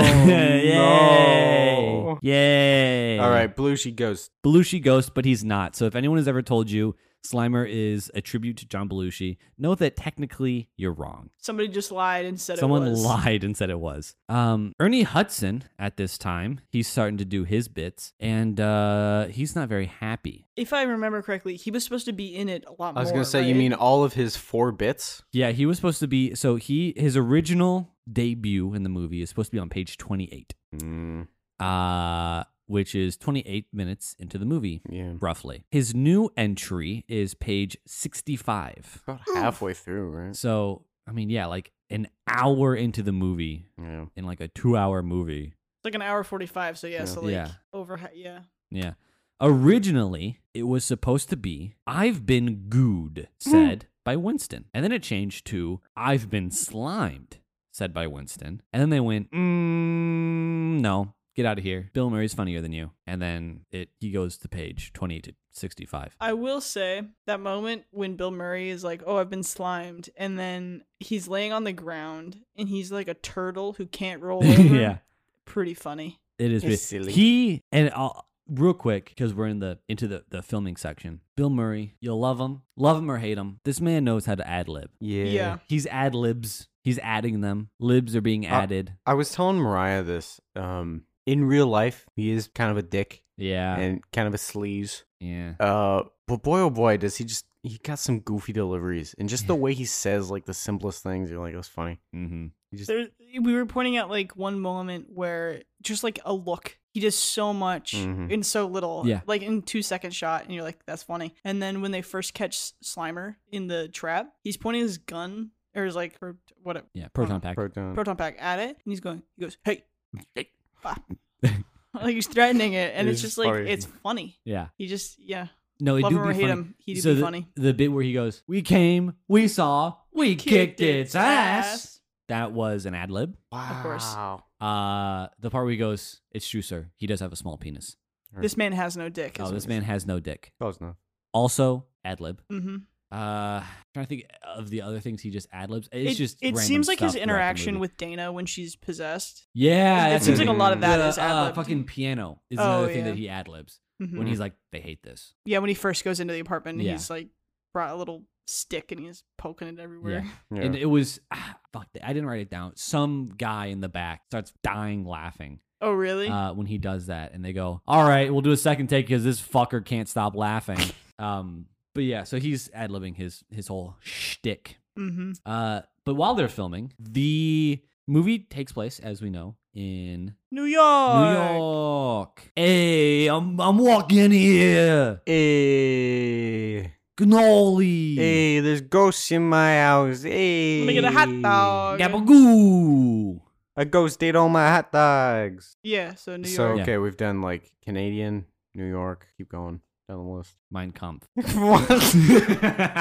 [SPEAKER 2] Yay!
[SPEAKER 1] no.
[SPEAKER 2] Yay!
[SPEAKER 1] All right, Belushi Ghost.
[SPEAKER 2] Belushi ghost, but he's not. So if anyone has ever told you Slimer is a tribute to John Belushi, know that technically you're wrong.
[SPEAKER 3] Somebody just lied and said
[SPEAKER 2] Someone
[SPEAKER 3] it was.
[SPEAKER 2] lied and said it was. Um, Ernie Hudson at this time, he's starting to do his bits, and uh, he's not very happy.
[SPEAKER 3] If I remember correctly, he was supposed to be in it a lot more.
[SPEAKER 1] I was gonna say, you
[SPEAKER 3] right?
[SPEAKER 1] mean all of his four bits?
[SPEAKER 2] Yeah, he was supposed to be so he his original debut in the movie is supposed to be on page twenty eight,
[SPEAKER 1] Mm,
[SPEAKER 2] uh, which is twenty eight minutes into the movie,
[SPEAKER 1] yeah,
[SPEAKER 2] roughly. His new entry is page sixty five.
[SPEAKER 1] about halfway through, right?
[SPEAKER 2] So I mean, yeah, like an hour into the movie,
[SPEAKER 1] Yeah.
[SPEAKER 2] in like a two hour movie,
[SPEAKER 3] It's like an hour 45, so yeah,
[SPEAKER 1] Yeah.
[SPEAKER 3] so like
[SPEAKER 2] Yeah.
[SPEAKER 3] over ha- yeah.
[SPEAKER 2] Yeah. Originally, it was supposed to be I've been gooed, said by Winston. And then it changed to I've been slimed, said by Winston. And then they went, mm, no, get out of here. Bill Murray's funnier than you. And then it he goes to page 28 to 65.
[SPEAKER 3] I will say that moment when Bill Murray is like, "Oh, I've been slimed," and then he's laying on the ground and he's like a turtle who can't roll over.
[SPEAKER 2] yeah.
[SPEAKER 3] pretty funny.
[SPEAKER 2] It is
[SPEAKER 1] It's
[SPEAKER 2] weird.
[SPEAKER 1] silly.
[SPEAKER 2] He and I'll, real quick because we're in the into the the filming section. Bill Murray, you'll love him, love him or hate him. This man knows how to ad lib.
[SPEAKER 1] yeah,
[SPEAKER 3] Yeah.
[SPEAKER 2] He's ad libs. He's adding them. Libs are being added.
[SPEAKER 1] I was telling Mariah this. Um, in real life, he is kind of a dick
[SPEAKER 2] yeah.
[SPEAKER 1] and kind of a sleaze.
[SPEAKER 2] yeah.
[SPEAKER 1] Uh, but boy, oh boy, does he just. He got some goofy deliveries, and just the way he says like the simplest things, you're like, it was funny.
[SPEAKER 2] Mm-hmm.
[SPEAKER 1] He just
[SPEAKER 3] There, we were pointing out like one moment where just like a look, he does so much
[SPEAKER 1] Mhm.
[SPEAKER 3] in so little,
[SPEAKER 2] Mm-hmm. Yeah.
[SPEAKER 3] like in two second shot, and you're like, "That's funny." And then when they first catch S- Slimer in the trap, he's pointing his gun or his like pro- what
[SPEAKER 2] Yeah. Proton pack.
[SPEAKER 1] broke down.
[SPEAKER 3] proton pack at it, and he's going, he goes, "Hey, hey, ah." like he's threatening it, and it's
[SPEAKER 1] It's
[SPEAKER 3] just like
[SPEAKER 1] funny.
[SPEAKER 3] it's funny.
[SPEAKER 2] yeah.
[SPEAKER 3] He just yeah,
[SPEAKER 2] No, it
[SPEAKER 3] love
[SPEAKER 2] do
[SPEAKER 3] him or
[SPEAKER 2] be
[SPEAKER 3] hate
[SPEAKER 2] funny.
[SPEAKER 3] him, he do
[SPEAKER 2] So
[SPEAKER 3] be
[SPEAKER 2] the,
[SPEAKER 3] funny.
[SPEAKER 2] The bit where he goes, "We came, we saw, we kicked, its ass." That was an ad lib.
[SPEAKER 1] Wow.
[SPEAKER 3] Of course.
[SPEAKER 2] Uh, the part where he goes, "It's true, sir. He does have a small penis."
[SPEAKER 3] This man has no dick.
[SPEAKER 2] Oh, this man has no dick.
[SPEAKER 1] Close enough.
[SPEAKER 2] Also, ad lib.
[SPEAKER 3] Mm-hmm.
[SPEAKER 2] Uh, trying to think of the other things he just ad libs. It's
[SPEAKER 3] it,
[SPEAKER 2] just
[SPEAKER 3] it
[SPEAKER 2] random
[SPEAKER 3] seems like his
[SPEAKER 2] stuff throughout the
[SPEAKER 3] interaction
[SPEAKER 2] movie.
[SPEAKER 3] with Dana when she's possessed.
[SPEAKER 2] yeah,
[SPEAKER 3] it
[SPEAKER 2] that's
[SPEAKER 1] seems
[SPEAKER 2] it.
[SPEAKER 1] like a lot of that
[SPEAKER 2] the,
[SPEAKER 3] is
[SPEAKER 2] uh,
[SPEAKER 3] ad-libbed.
[SPEAKER 2] fucking piano is
[SPEAKER 3] Oh,
[SPEAKER 2] another thing
[SPEAKER 3] yeah.
[SPEAKER 2] that he ad libs
[SPEAKER 3] Mhm.
[SPEAKER 2] when he's
[SPEAKER 1] Mm.
[SPEAKER 2] like, "They hate this."
[SPEAKER 3] yeah, when he first goes into the apartment, and
[SPEAKER 2] Yeah.
[SPEAKER 3] he's like brought a little stick and he's poking it everywhere.
[SPEAKER 1] Yeah.
[SPEAKER 2] And it was ah, fuck. I didn't write it down. Some guy in the back starts dying laughing
[SPEAKER 3] Oh really?
[SPEAKER 2] uh, when he does that, and they go, "All right, we'll do a second take because this fucker can't stop laughing." um, but yeah, so he's ad libbing his his whole shtick.
[SPEAKER 3] mm-hmm.
[SPEAKER 2] Uh, but while they're filming, the movie takes place, as we know, in
[SPEAKER 3] New York.
[SPEAKER 2] New York. Hey, I'm I'm walking here,
[SPEAKER 1] Hey,
[SPEAKER 2] Gnoli,
[SPEAKER 1] hey, there's ghosts in my house. Hey,
[SPEAKER 3] Let me get a hot dog.
[SPEAKER 2] Gabagoo.
[SPEAKER 1] A ghost ate all my hot dogs.
[SPEAKER 3] Yeah, so New
[SPEAKER 1] so
[SPEAKER 3] York.
[SPEAKER 1] okay, we've done like Canadian, New York. Keep going down the list.
[SPEAKER 2] Mein Kampf.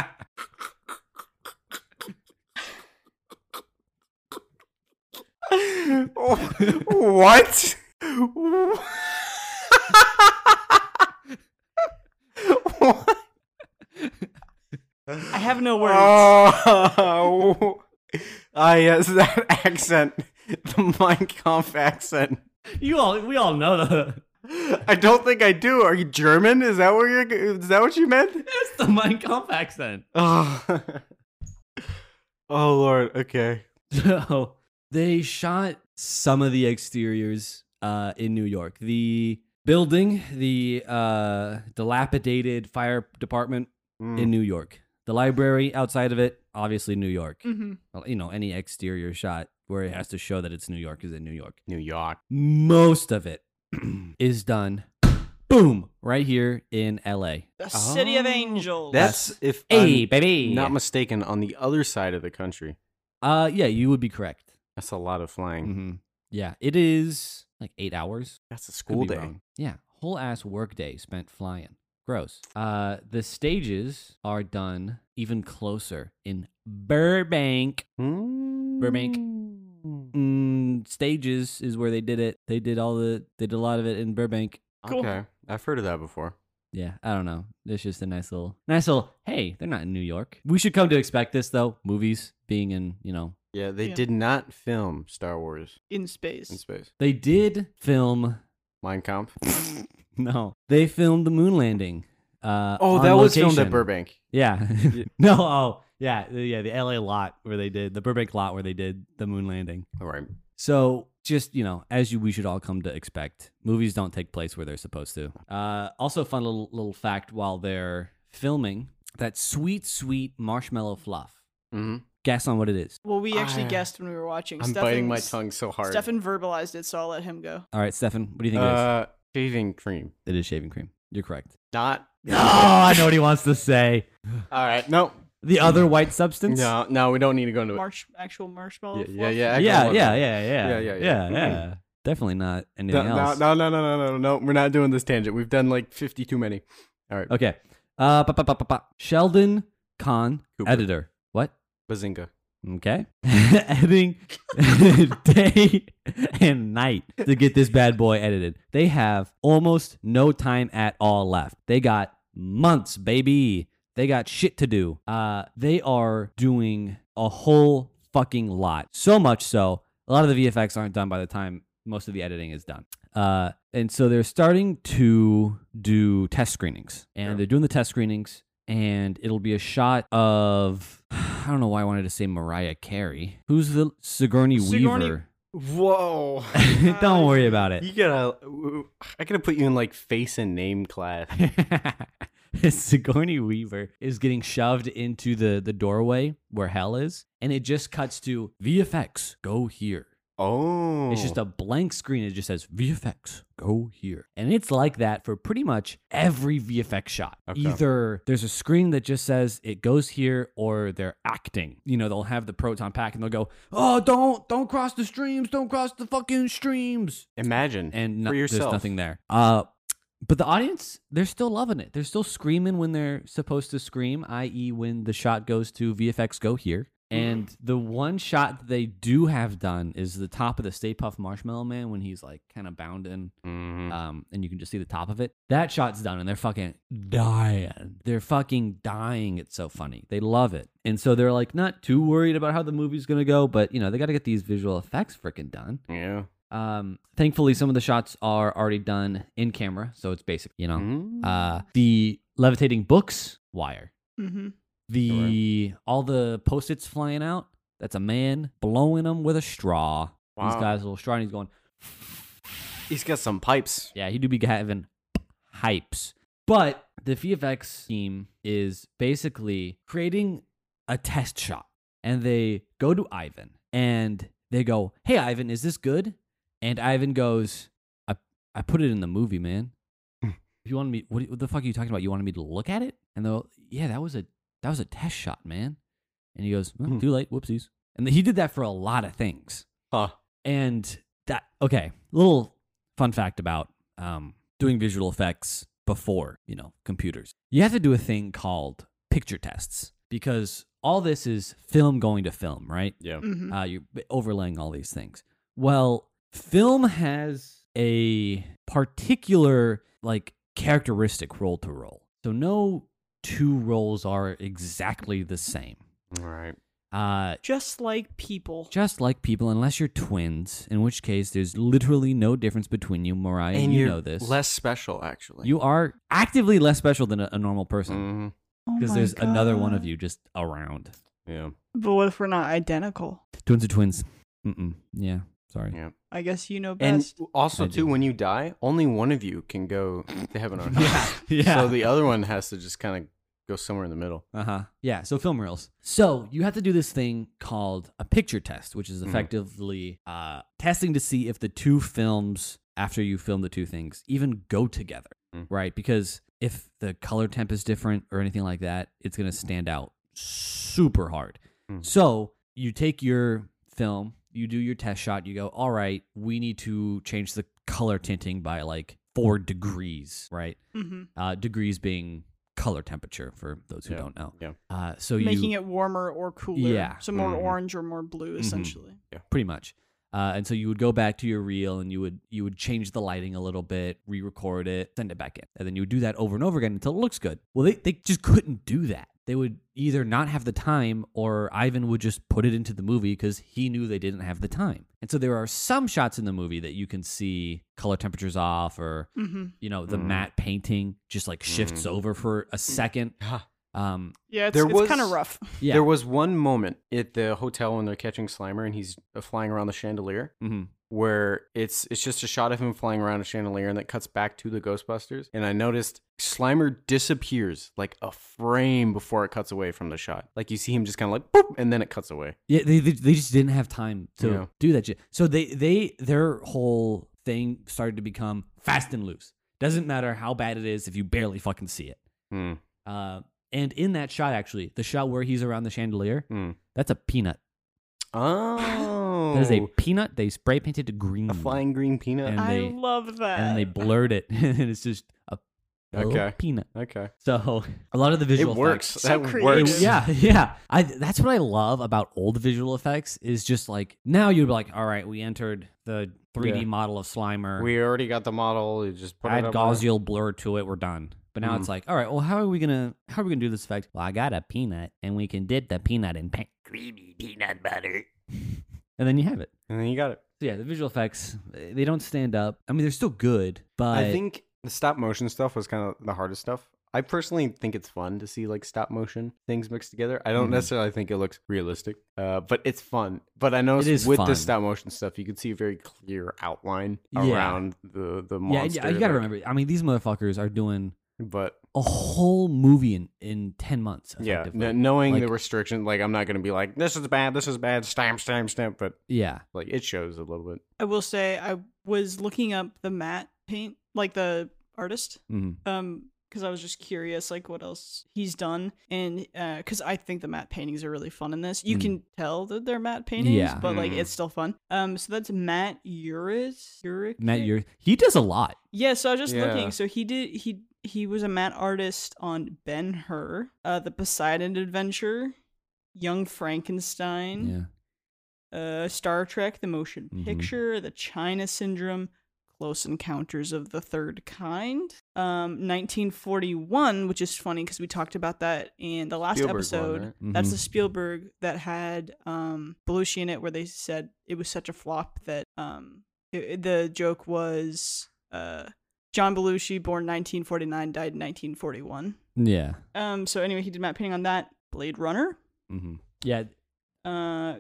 [SPEAKER 1] what? what?
[SPEAKER 3] I have no words.
[SPEAKER 1] Oh, ah, yes, that accent, the Mein Kampf accent.
[SPEAKER 2] You all, we all know the
[SPEAKER 1] I don't think I do. Are you German? Is that what you're? Is that what you meant?
[SPEAKER 2] it's the Mein Kampf accent.
[SPEAKER 1] Oh, oh Lord. Okay.
[SPEAKER 2] So they shot some of the exteriors uh, in New York. The building, the uh, dilapidated fire department
[SPEAKER 1] Mm.
[SPEAKER 2] in New York. The library outside of it, obviously New York.
[SPEAKER 3] Mm-hmm.
[SPEAKER 2] Well, You know, any exterior shot where it has to show that it's New York is in New York.
[SPEAKER 1] New York.
[SPEAKER 2] Most of it is done, boom, right here in L.A.
[SPEAKER 3] The City of
[SPEAKER 1] Oh,
[SPEAKER 3] Angels.
[SPEAKER 1] That's if
[SPEAKER 2] Hey,
[SPEAKER 1] I'm
[SPEAKER 2] baby,
[SPEAKER 1] not mistaken, on the other side of the country.
[SPEAKER 2] Uh, yeah, you would be correct.
[SPEAKER 1] That's a lot of flying.
[SPEAKER 2] hmm Yeah, it is like eight hours.
[SPEAKER 1] That's a
[SPEAKER 2] Could
[SPEAKER 1] school
[SPEAKER 2] be
[SPEAKER 1] day.
[SPEAKER 2] wrong. Yeah, whole ass work day spent flying. Gross. Uh, the stages are done even closer in Burbank.
[SPEAKER 1] Mm.
[SPEAKER 2] Burbank. Mm, stages is where they did it. They did all the. They did a lot of it in Burbank.
[SPEAKER 3] Cool.
[SPEAKER 1] Okay, I've heard of that before.
[SPEAKER 2] Yeah, I don't know. It's just a nice little, nice little. Hey, they're not in New York. We should come to expect this though. Movies being in, you know,
[SPEAKER 1] Yeah, they
[SPEAKER 3] Yeah.
[SPEAKER 1] did not film Star Wars
[SPEAKER 3] in space.
[SPEAKER 1] in space.
[SPEAKER 2] They did film.
[SPEAKER 1] Mein Kampf.
[SPEAKER 2] No, they filmed the moon landing. Uh,
[SPEAKER 1] Oh,
[SPEAKER 2] on
[SPEAKER 1] that was filmed at
[SPEAKER 2] location.
[SPEAKER 1] Burbank.
[SPEAKER 2] Yeah. no. Oh, yeah. the- Yeah. The LA lot where they did the Burbank lot where they did the moon landing.
[SPEAKER 1] All right.
[SPEAKER 2] So just you know, as you we should all come to expect, movies don't take place where they're supposed to. Uh, also, fun little little fact while they're filming that sweet sweet marshmallow fluff.
[SPEAKER 1] Mm-hmm.
[SPEAKER 2] Guess on what it is.
[SPEAKER 3] Well, we actually
[SPEAKER 1] I-
[SPEAKER 3] guessed when we were watching.
[SPEAKER 1] I'm biting my
[SPEAKER 3] Stefan's-
[SPEAKER 1] tongue so hard.
[SPEAKER 3] Stefan verbalized it, so I'll let him go.
[SPEAKER 2] All right, Stefan, what do you think it is?
[SPEAKER 1] uh, shaving cream.
[SPEAKER 2] It is shaving cream. You're correct.
[SPEAKER 1] Not.
[SPEAKER 2] No, I know what he wants to say.
[SPEAKER 1] All right. No.
[SPEAKER 2] The other white substance.
[SPEAKER 1] No. No. We don't need to go into it.
[SPEAKER 3] Marsh, actual marshmallow.
[SPEAKER 1] Yeah,
[SPEAKER 3] fluff?
[SPEAKER 1] yeah, yeah.
[SPEAKER 2] Yeah,
[SPEAKER 1] Echo
[SPEAKER 2] yeah, yeah,
[SPEAKER 1] one.
[SPEAKER 2] yeah,
[SPEAKER 1] Yeah, yeah, yeah.
[SPEAKER 2] yeah. Definitely not
[SPEAKER 1] No,
[SPEAKER 2] anything
[SPEAKER 1] no,
[SPEAKER 2] else.
[SPEAKER 1] no, no, no, no, no, no. We're not doing this tangent. We've done like 50 too many.
[SPEAKER 2] Okay. Uh, pa- pa- pa- pa- pa. Sheldon Kahn,
[SPEAKER 1] Cooper.
[SPEAKER 2] editor. What?
[SPEAKER 1] Bazinga.
[SPEAKER 2] Okay. Editing day and night to get this bad boy edited. They have almost no time at all left. They got months, baby. They got shit to do. Uh, they are doing a whole fucking lot. So much so, a lot of the VFX aren't done by the time most of the editing is done. Uh, and so they're starting to do test screenings, and
[SPEAKER 1] Yeah.
[SPEAKER 2] they're doing the test screenings, and it'll be a shot of I don't know why I wanted to say Mariah Carey. Who's the Sigourney,
[SPEAKER 3] Sigourney-
[SPEAKER 2] Weaver?
[SPEAKER 1] Whoa.
[SPEAKER 2] don't worry about it.
[SPEAKER 1] You gotta. I gotta put you in like face and name class.
[SPEAKER 2] Sigourney Weaver is getting shoved into the the doorway where hell is, and it just cuts to VFX. Go here.
[SPEAKER 1] Oh.
[SPEAKER 2] It's just a blank screen. It just says VFX, go here. And it's like that for pretty much every VFX shot.
[SPEAKER 1] Okay.
[SPEAKER 2] Either there's a screen that just says it goes here or they're acting. You know, they'll have the proton pack and they'll go, "Oh, don't don't cross the streams, don't cross the fucking streams."
[SPEAKER 1] Imagine.
[SPEAKER 2] And
[SPEAKER 1] for
[SPEAKER 2] no- there's
[SPEAKER 1] yourself.
[SPEAKER 2] nothing there. Uh but the audience, they're still loving it. They're still screaming when they're supposed to scream, i.e., when the shot goes to VFX go here.
[SPEAKER 1] Mm-hmm.
[SPEAKER 2] And the one shot that they do have done is the top of the Stay Puff Marshmallow Man when he's like kind of bounding,
[SPEAKER 1] Mhm.
[SPEAKER 2] um, and you can just see the top of it. That shot's done, and they're fucking dying. They're fucking dying. It's so funny. They love it, and so they're like not too worried about how the movie's gonna go, but you know they got to get these visual effects freaking done.
[SPEAKER 1] yeah.
[SPEAKER 2] Um, thankfully, some of the shots are already done in camera, so it's basic, you know.
[SPEAKER 1] Mm.
[SPEAKER 2] Uh, the levitating books wire,
[SPEAKER 3] Mhm.
[SPEAKER 2] the all the post-its flying out. That's a man blowing them with a straw. He's
[SPEAKER 1] Wow.
[SPEAKER 2] got his little straw, and he's going.
[SPEAKER 1] He's got some pipes.
[SPEAKER 2] Yeah, he do be having hypes. But the VFX team is basically creating a test shot. And they go to Ivan and they go, Hey, Ivan, is this good? And Ivan goes, I, I put it in the movie, man. you wanted me, what, what the fuck are you talking about? You wanted me to look at it? And they'll, Yeah, that was a, that was a test shot, man. And he goes, "Well,
[SPEAKER 1] Hmm.
[SPEAKER 2] Too late, whoopsies. And he did that for a lot of things.
[SPEAKER 1] Huh.
[SPEAKER 2] And that okay, little fun fact about um, doing visual effects before you know computers. You have to do a thing called picture tests because all this is film going to film, right?
[SPEAKER 1] Yeah.
[SPEAKER 3] Mhm.
[SPEAKER 2] Uh, you're overlaying all these things. Well, film has a particular like characteristic roll to roll, so no two rolls are exactly the same.
[SPEAKER 1] All right.
[SPEAKER 2] Uh,
[SPEAKER 3] Just like people.
[SPEAKER 2] just like people, unless you're twins, in which case there's literally no difference between you, Mariah. you know this.
[SPEAKER 1] Less special, actually.
[SPEAKER 2] you are actively less special than a, a normal person
[SPEAKER 1] Mhm.
[SPEAKER 3] Oh
[SPEAKER 2] because
[SPEAKER 3] my
[SPEAKER 2] there's another one of
[SPEAKER 3] God.
[SPEAKER 2] you just around.
[SPEAKER 1] Yeah.
[SPEAKER 3] But what if we're not identical?
[SPEAKER 2] Twins are twins. Mm-mm. Yeah, sorry.
[SPEAKER 1] Yeah.
[SPEAKER 3] I guess you know
[SPEAKER 1] And
[SPEAKER 3] best.
[SPEAKER 1] also,
[SPEAKER 2] I
[SPEAKER 1] too,
[SPEAKER 2] do.
[SPEAKER 1] when you die, only one of you can go to heaven or hell.
[SPEAKER 2] yeah, yeah.
[SPEAKER 1] So the other one has to just kind of go somewhere in the middle.
[SPEAKER 2] Uh huh. Yeah. So film reels. So you have to do this thing called a picture test, which is
[SPEAKER 1] Mhm.
[SPEAKER 2] effectively uh, testing to see if the two films after you film the two things even go together,
[SPEAKER 1] Mm.
[SPEAKER 2] right? Because if the color temp is different or anything like that, it's gonna stand out super hard.
[SPEAKER 1] Mm.
[SPEAKER 2] So you take your film, you do your test shot, you go, all right, we need to change the color tinting by like four degrees, right?
[SPEAKER 3] Mhm.
[SPEAKER 2] uh, degrees being color temperature for those who
[SPEAKER 1] Yeah,
[SPEAKER 2] don't know.
[SPEAKER 1] yeah.
[SPEAKER 2] Uh, so
[SPEAKER 3] Making
[SPEAKER 2] you
[SPEAKER 3] it warmer or cooler.
[SPEAKER 2] Yeah.
[SPEAKER 3] So more
[SPEAKER 1] Mhm.
[SPEAKER 3] orange or more blue,
[SPEAKER 2] Mhm.
[SPEAKER 3] essentially.
[SPEAKER 2] pretty much, uh, and so you would go back to your reel and you would you would change the lighting a little bit, re-record it, send it back in, and then you would do that over and over again until it looks good. Well, they they just couldn't do that. they would either not have the time or Ivan would just put it into the movie because he knew they didn't have the time. And so there are some shots in the movie that you can see color temperatures off or,
[SPEAKER 3] hmm
[SPEAKER 2] you know, the
[SPEAKER 1] Mhm.
[SPEAKER 2] matte painting just like shifts over for a second.
[SPEAKER 1] Mm-hmm. Ah.
[SPEAKER 2] Um,
[SPEAKER 3] Yeah, it's,
[SPEAKER 1] There
[SPEAKER 3] it's kind of
[SPEAKER 1] was-
[SPEAKER 3] rough.
[SPEAKER 2] yeah.
[SPEAKER 1] There was one moment at the hotel when they're catching Slimer and he's uh, flying around the chandelier
[SPEAKER 2] Mhm.
[SPEAKER 1] where it's it's just a shot of him flying around a chandelier and that cuts back to the Ghostbusters and I noticed Slimer disappears like a frame before it cuts away from the shot. Like you see him just kind of like boop and then it cuts away.
[SPEAKER 2] Yeah, they, they they just didn't have time to
[SPEAKER 1] Yeah.
[SPEAKER 2] do that shit. So they they their whole thing started to become fast and loose. Doesn't matter how bad it is if you barely fucking see it.
[SPEAKER 1] Hmm.
[SPEAKER 2] Uh, and in that shot, actually, the shot where he's around the chandelier,
[SPEAKER 1] Hmm.
[SPEAKER 2] that's a peanut.
[SPEAKER 1] Oh.
[SPEAKER 2] That is a peanut. They spray painted to green
[SPEAKER 1] A flying green peanut.
[SPEAKER 2] And
[SPEAKER 3] I
[SPEAKER 2] they-
[SPEAKER 3] love that.
[SPEAKER 2] and they blurred it, and it's just a, a little
[SPEAKER 1] Okay.
[SPEAKER 2] peanut.
[SPEAKER 1] okay.
[SPEAKER 2] So a lot of the
[SPEAKER 1] It
[SPEAKER 2] visual
[SPEAKER 1] works.
[SPEAKER 2] effects-
[SPEAKER 3] So
[SPEAKER 1] that
[SPEAKER 3] creative.
[SPEAKER 2] It-
[SPEAKER 1] works.
[SPEAKER 2] yeah, yeah. I that's what I love about old visual effects is just like now you'd be like, all right, we entered the 3D
[SPEAKER 1] Yeah.
[SPEAKER 2] model of Slimer.
[SPEAKER 1] We already got the model. You just put
[SPEAKER 2] add
[SPEAKER 1] it up
[SPEAKER 2] Gaussial blur to it. We're done. But now
[SPEAKER 1] Mm.
[SPEAKER 2] it's like, all right, well, how are we gonna how are we gonna do this effect? Well, I got a peanut, and we can dip the peanut in pe- creamy peanut butter, and then you have it.
[SPEAKER 1] there, And then you got it.
[SPEAKER 2] So yeah, the visual effects they they don't stand up. I mean, they're still good, but
[SPEAKER 1] I think the stop motion stuff was kind of the hardest stuff. I personally think it's fun to see like stop motion things mixed together. I don't
[SPEAKER 2] Mhm.
[SPEAKER 1] necessarily think it looks realistic, uh, but it's fun. But I noticed
[SPEAKER 2] is
[SPEAKER 1] with
[SPEAKER 2] fun.
[SPEAKER 1] the stop motion stuff, you can see a very clear outline
[SPEAKER 2] Yeah.
[SPEAKER 1] around the the
[SPEAKER 2] yeah,
[SPEAKER 1] monster.
[SPEAKER 2] yeah, you gotta
[SPEAKER 1] like-
[SPEAKER 2] remember. I mean, these motherfuckers are doing
[SPEAKER 1] But
[SPEAKER 2] a whole movie in in ten months.
[SPEAKER 1] yeah,
[SPEAKER 2] effectively.
[SPEAKER 1] kn- knowing the
[SPEAKER 2] Like-
[SPEAKER 1] restriction, like I'm not gonna be like this is bad, this is bad, stamp, stamp, stamp. But
[SPEAKER 2] yeah.
[SPEAKER 1] like it shows a little bit.
[SPEAKER 3] I will say I was looking up the matte paint, like the artist,
[SPEAKER 2] hmm
[SPEAKER 3] um, because I was just curious, like what else he's done, and because I think the matte paintings are really fun in this. You
[SPEAKER 2] Mm.
[SPEAKER 3] can tell that they're matte paintings,
[SPEAKER 2] Yeah.
[SPEAKER 3] but like
[SPEAKER 1] Mm.
[SPEAKER 3] it's still fun. Um, so that's Matt Uris. Uric?
[SPEAKER 2] Matt, you're he does a lot.
[SPEAKER 3] Yeah, so I was just
[SPEAKER 1] Yeah.
[SPEAKER 3] looking. So he did he he was a matte artist on Ben Hur, uh, The Poseidon Adventure, Young Frankenstein
[SPEAKER 2] Yeah.
[SPEAKER 3] uh, Star Trek, The Motion
[SPEAKER 1] Mm-hmm.
[SPEAKER 2] Mhm.
[SPEAKER 3] Picture, The China Syndrome, Close Encounters of the Third Kind, um, 1941, which is funny because we talked about that in the last
[SPEAKER 1] Spielberg one,
[SPEAKER 3] episode.
[SPEAKER 1] right? Mm-hmm.
[SPEAKER 3] That's
[SPEAKER 2] Mhm.
[SPEAKER 3] the Spielberg that had um, Belushi in it, where they said it was such a flop that um, it- it- the joke was uh, John Belushi, born 1949, died in 1941.
[SPEAKER 2] Mm-hmm. yeah.
[SPEAKER 3] Um, so anyway, he did matte painting on that. Blade Runner,
[SPEAKER 1] Mm-hmm.
[SPEAKER 2] hmm Yeah.
[SPEAKER 3] uh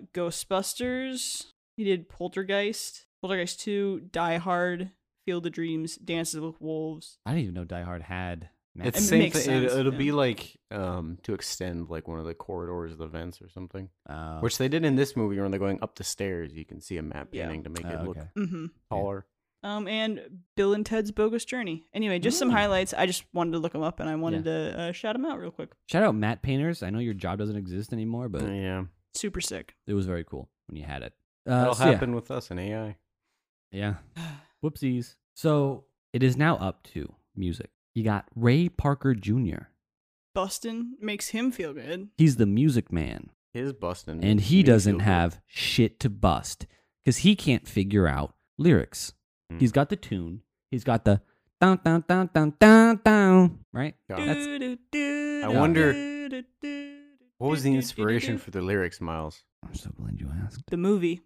[SPEAKER 3] Ghostbusters. He did Poltergeist, Poltergeist 2, Die Hard, Field of Dreams, Dances with Wolves.
[SPEAKER 2] I didn't even know Die Hard had. Matt
[SPEAKER 1] It's
[SPEAKER 3] It
[SPEAKER 1] same
[SPEAKER 3] makes
[SPEAKER 1] thing.
[SPEAKER 3] sense,
[SPEAKER 1] It, it'll be
[SPEAKER 3] yeah.
[SPEAKER 1] like um to extend like one of the corridors, the vents, or something.
[SPEAKER 2] Uh,
[SPEAKER 1] Which they did in this movie when they're going up the stairs. You can see a map
[SPEAKER 3] Yeah.
[SPEAKER 1] painting to make
[SPEAKER 2] Oh,
[SPEAKER 1] it look
[SPEAKER 2] okay.
[SPEAKER 3] Mm-hmm.
[SPEAKER 1] taller.
[SPEAKER 3] Um, and Bill and Ted's Bogus Journey. Anyway, just some
[SPEAKER 2] Mm.
[SPEAKER 3] highlights. I just wanted to look them up and I wanted to uh, shout them out real quick.
[SPEAKER 2] shout out Matt Painters. I know your job doesn't exist anymore, but
[SPEAKER 1] Uh, yeah.
[SPEAKER 3] Super sick.
[SPEAKER 2] it was very cool when you had it.
[SPEAKER 1] That'll
[SPEAKER 2] Uh, so yeah.
[SPEAKER 1] happen with us in AI.
[SPEAKER 2] Yeah. Whoopsies. So it is now up to music. You got Ray Parker Jr.
[SPEAKER 3] Bustin makes him feel good.
[SPEAKER 2] He's the music man,
[SPEAKER 1] His busting.
[SPEAKER 2] and he doesn't have shit to bust because he can't figure out lyrics.
[SPEAKER 1] Mm.
[SPEAKER 2] He's got the tune. He's got the dun dun dun dun dun dun. Right.
[SPEAKER 1] Yeah.
[SPEAKER 2] That's-
[SPEAKER 1] I wonder- What
[SPEAKER 3] What
[SPEAKER 1] was the inspiration for the lyrics, Miles?
[SPEAKER 2] I'm so glad you asked.
[SPEAKER 3] the movie?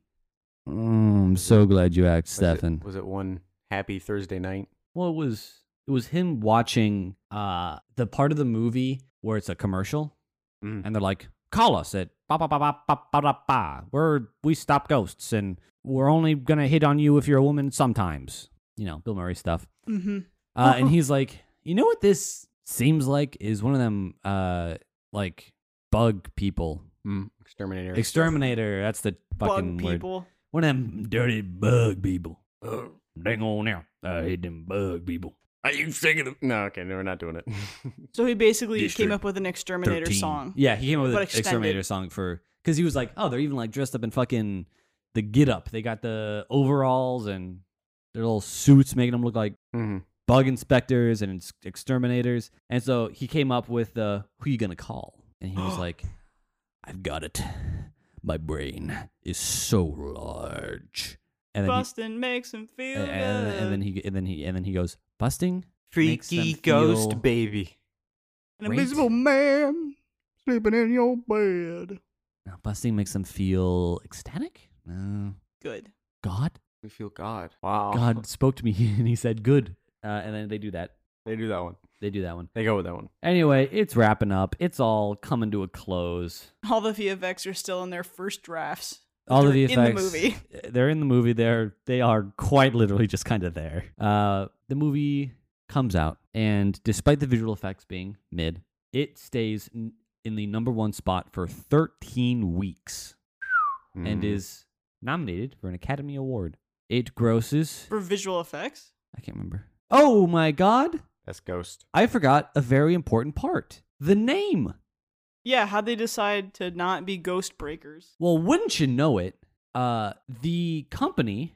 [SPEAKER 2] Mm, I'm so glad you asked,
[SPEAKER 1] Was it-
[SPEAKER 2] Stefan.
[SPEAKER 1] Was it one happy Thursday night?
[SPEAKER 2] Well, it was it was him watching uh the part of the movie where it's a commercial,
[SPEAKER 1] Mm.
[SPEAKER 2] and they're like, "Call us at ba ba ba ba ba ba ba ba. We're we stop ghosts, and we're only gonna hit on you if you're a woman sometimes." You know, Bill Murray stuff.
[SPEAKER 3] Mm-hmm.
[SPEAKER 2] Uh, and he's like, "You know what this seems like is one of them uh like bug people,
[SPEAKER 1] Mm. Exterminator.
[SPEAKER 2] exterminator. That's the fucking
[SPEAKER 3] Bug
[SPEAKER 2] word.
[SPEAKER 3] people.
[SPEAKER 2] One of them dirty bug people. Uh, dang on now, I hate them bug people."
[SPEAKER 1] Are you thinking of. No, okay. No, we're not doing it. Mm-hmm.
[SPEAKER 3] So he basically
[SPEAKER 2] District
[SPEAKER 3] came up with an exterminator
[SPEAKER 2] 13.
[SPEAKER 3] song.
[SPEAKER 2] Yeah, he came up with
[SPEAKER 3] But
[SPEAKER 2] an
[SPEAKER 3] extended.
[SPEAKER 2] exterminator song for because he was like, oh, they're even like dressed up in fucking the get up. They got the overalls and their little suits, making them look like
[SPEAKER 1] Mhm.
[SPEAKER 2] bug inspectors and ex- exterminators. And so he came up with the who you gonna call, and he was like, I've got it. My brain is so large. And then,
[SPEAKER 3] Bustin makes him
[SPEAKER 2] he,
[SPEAKER 3] feel
[SPEAKER 2] and, and- and then he and then he and then he goes busting. Makes them
[SPEAKER 1] Freaky ghost
[SPEAKER 2] feel-
[SPEAKER 1] baby.
[SPEAKER 3] An
[SPEAKER 2] Great.
[SPEAKER 3] invisible man. Sleeping in your bed.
[SPEAKER 2] Now, busting makes them feel ecstatic. No.
[SPEAKER 3] Good.
[SPEAKER 2] God?
[SPEAKER 1] We feel God. Wow.
[SPEAKER 2] God spoke to me and he said, good. Uh, and then they do that.
[SPEAKER 1] They do that one.
[SPEAKER 2] They do that one.
[SPEAKER 1] They go with that one.
[SPEAKER 2] Anyway, it's wrapping up. It's all coming to a close.
[SPEAKER 3] All the VFX are still in their first drafts.
[SPEAKER 2] all of
[SPEAKER 3] They're
[SPEAKER 2] the
[SPEAKER 3] in the
[SPEAKER 2] effects eh,
[SPEAKER 3] movie.
[SPEAKER 2] They're in the movie. They're they are quite literally just kind of there. Uh, the movie comes out, and despite the visual effects being mid, it stays n- in the number one spot for 13 weeks
[SPEAKER 1] Mm-hmm.
[SPEAKER 3] Mm.
[SPEAKER 2] and is nominated for an Academy Award. It grosses.
[SPEAKER 3] For visual effects?
[SPEAKER 2] I can't remember. Oh my god!
[SPEAKER 1] that's Ghost.
[SPEAKER 2] I forgot a very important part. The name.
[SPEAKER 3] Yeah, how'd they decide to not be ghost breakers?
[SPEAKER 2] Well, wouldn't you know it? Uh, the company,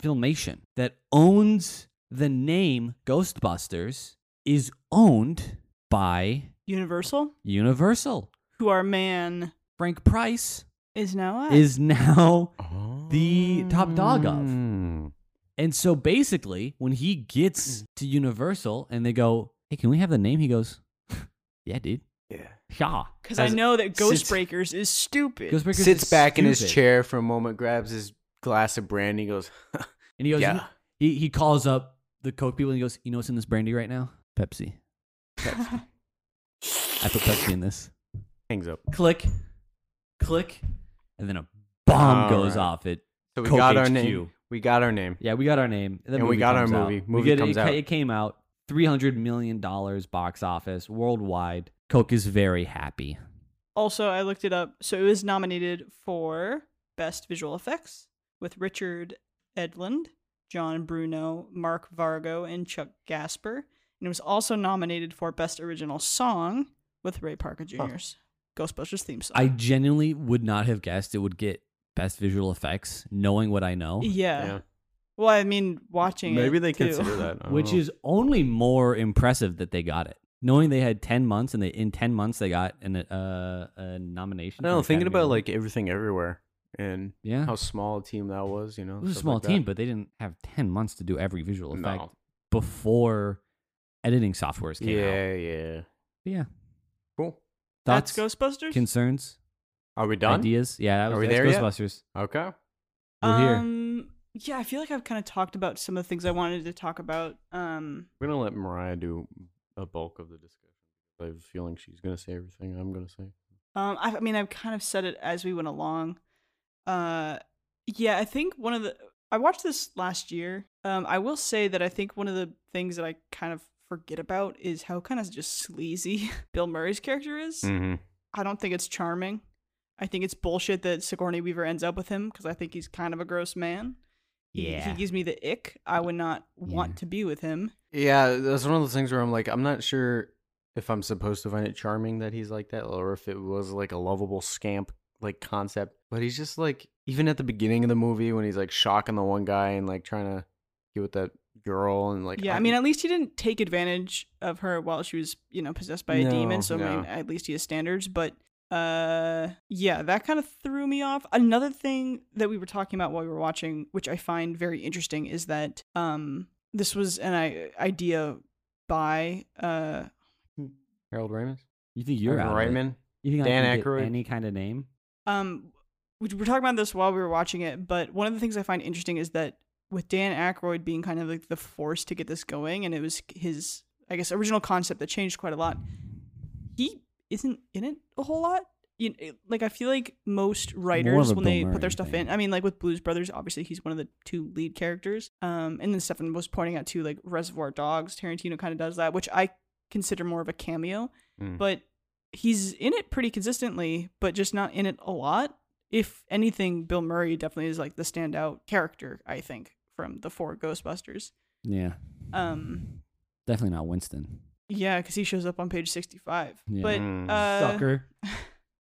[SPEAKER 2] Filmation, that owns the name Ghostbusters is owned by
[SPEAKER 3] Universal,
[SPEAKER 2] Universal.
[SPEAKER 3] who our man
[SPEAKER 2] Frank Price
[SPEAKER 3] is now at.
[SPEAKER 2] is now.
[SPEAKER 1] The
[SPEAKER 2] top dog of.
[SPEAKER 1] Oh.
[SPEAKER 2] And so basically, when he
[SPEAKER 1] Hmm.
[SPEAKER 2] gets to Universal and they go, hey, can we have the name? He goes, yeah, dude.
[SPEAKER 1] Yeah.
[SPEAKER 2] Yeah.
[SPEAKER 3] Because I
[SPEAKER 1] As-
[SPEAKER 3] know that Ghost
[SPEAKER 1] sits-
[SPEAKER 3] Breakers is stupid.
[SPEAKER 2] Ghostbreakers is
[SPEAKER 1] Sits back in his
[SPEAKER 2] stupid.
[SPEAKER 1] chair for a moment, grabs his glass of brandy, goes,
[SPEAKER 2] And he goes,
[SPEAKER 1] Yeah.
[SPEAKER 2] he, he calls up the Coke people and he goes, you know what's in this brandy right now? Pepsi. I put Pepsi in this.
[SPEAKER 1] hangs up.
[SPEAKER 2] click, click, and then a bomb
[SPEAKER 1] All
[SPEAKER 2] goes
[SPEAKER 1] right.
[SPEAKER 2] off. It
[SPEAKER 1] So we
[SPEAKER 2] Coke
[SPEAKER 1] got our
[SPEAKER 2] HQ.
[SPEAKER 1] name. We got our name.
[SPEAKER 2] yeah, we got our name, the
[SPEAKER 1] And we
[SPEAKER 2] movie
[SPEAKER 1] got our
[SPEAKER 2] comes out.
[SPEAKER 1] movie.
[SPEAKER 2] We
[SPEAKER 1] Movie
[SPEAKER 2] get it-
[SPEAKER 1] comes
[SPEAKER 2] it,
[SPEAKER 1] out.
[SPEAKER 2] It came out three hundred million dollars box office worldwide. Coke is very happy.
[SPEAKER 3] also, I looked it up. So it was nominated for Best Visual Effects with Richard Edlund, John Bruno, Mark Vargo, and Chuck Gasper. And it was also nominated for Best Original Song with Ray Parker Jr.'s Ghostbusters theme song.
[SPEAKER 2] I genuinely would not have guessed it would get best visual effects, knowing what I know,
[SPEAKER 3] yeah. Well, I mean, watching it.
[SPEAKER 1] Maybe they
[SPEAKER 3] too.
[SPEAKER 1] consider that. I don't
[SPEAKER 2] which
[SPEAKER 1] know.
[SPEAKER 2] is only more impressive that they got it. Knowing they had ten months, and they in ten months they got an uh, a nomination.
[SPEAKER 1] I
[SPEAKER 2] for
[SPEAKER 1] don't know, thinking
[SPEAKER 2] Academy
[SPEAKER 1] about
[SPEAKER 2] Award.
[SPEAKER 1] like everything everywhere and
[SPEAKER 2] yeah,
[SPEAKER 1] how small a team that was, you know.
[SPEAKER 2] It was a
[SPEAKER 1] stuff
[SPEAKER 2] small
[SPEAKER 1] like that.
[SPEAKER 2] team, but they didn't have 10 months to do every visual effect
[SPEAKER 1] No.
[SPEAKER 2] before editing softwares came out.
[SPEAKER 1] Yeah, yeah.
[SPEAKER 2] But yeah.
[SPEAKER 1] Cool.
[SPEAKER 2] Thoughts,
[SPEAKER 3] That's Ghostbusters?
[SPEAKER 2] concerns,
[SPEAKER 1] Are we done?
[SPEAKER 2] ideas? Yeah, that
[SPEAKER 1] Are
[SPEAKER 2] was
[SPEAKER 1] we
[SPEAKER 2] that's
[SPEAKER 1] there yet?
[SPEAKER 2] Ghostbusters.
[SPEAKER 1] Okay.
[SPEAKER 2] We're here.
[SPEAKER 3] um, Yeah, I feel like I've kind of talked about some of the things I wanted to talk about. Um,
[SPEAKER 1] We're gonna let Mariah do a bulk of the discussion. I have a feeling she's gonna say everything I'm gonna say.
[SPEAKER 3] um, I, I mean, I've kind of said it as we went along. Uh, yeah, I think one of the I watched this last year. Um, I will say that I think one of the things that I kind of forget about is how kind of just sleazy Bill Murray's character is.
[SPEAKER 2] Mm.
[SPEAKER 1] Mm-hmm.
[SPEAKER 3] I don't think it's charming. I think it's bullshit that Sigourney Weaver ends up with him because I think he's kind of a gross man. He-
[SPEAKER 2] Yeah.
[SPEAKER 3] He gives me the ick. I would not
[SPEAKER 2] Yeah.
[SPEAKER 3] want to be with him.
[SPEAKER 1] Yeah, that's one of those things where I'm like, I'm not sure if I'm supposed to find it charming that he's like that, or if it was like a lovable scamp like concept. But he's just like, even at the beginning of the movie when he's like shocking the one guy and like trying to get with that girl and like,
[SPEAKER 3] yeah, I, mean, at least he didn't take advantage of her while she was, you know, possessed by a
[SPEAKER 1] No,
[SPEAKER 3] demon. So I mean,
[SPEAKER 1] no.
[SPEAKER 3] at least he has standards. But uh, yeah, that kind of threw me off. Another thing that we were talking about while we were watching, which I find very interesting, is that um, this was an i- idea by uh,
[SPEAKER 1] Harold Ramis,
[SPEAKER 2] You think you're
[SPEAKER 1] Ivan
[SPEAKER 2] out? of it?
[SPEAKER 1] Reitman.
[SPEAKER 2] You think I
[SPEAKER 1] Dan
[SPEAKER 2] can get
[SPEAKER 1] Aykroyd.
[SPEAKER 2] any kind of name?
[SPEAKER 3] um we were talking about this while we were watching it but one of the things i find interesting is that with dan Aykroyd being kind of like the force to get this going and it was his i guess original concept that changed quite a lot he isn't in it a whole lot you it- like i feel like most writers
[SPEAKER 2] of a
[SPEAKER 3] when they
[SPEAKER 2] Bill
[SPEAKER 3] put
[SPEAKER 2] Murray
[SPEAKER 3] their stuff
[SPEAKER 2] thing.
[SPEAKER 3] in i mean like with blues brothers obviously he's one of the two lead characters um and then stefan was pointing out too like reservoir dogs tarantino kind of does that which i consider more of a cameo
[SPEAKER 1] Mm.
[SPEAKER 3] but he's in it pretty consistently, but just not in it a lot. If anything, Bill Murray definitely is like the standout character, I think, from the four Ghostbusters.
[SPEAKER 2] Yeah.
[SPEAKER 3] Um,
[SPEAKER 2] Definitely not Winston.
[SPEAKER 3] yeah, because he shows up on page sixty-five.
[SPEAKER 2] Yeah.
[SPEAKER 3] But
[SPEAKER 1] Mm.
[SPEAKER 3] uh,
[SPEAKER 2] Sucker.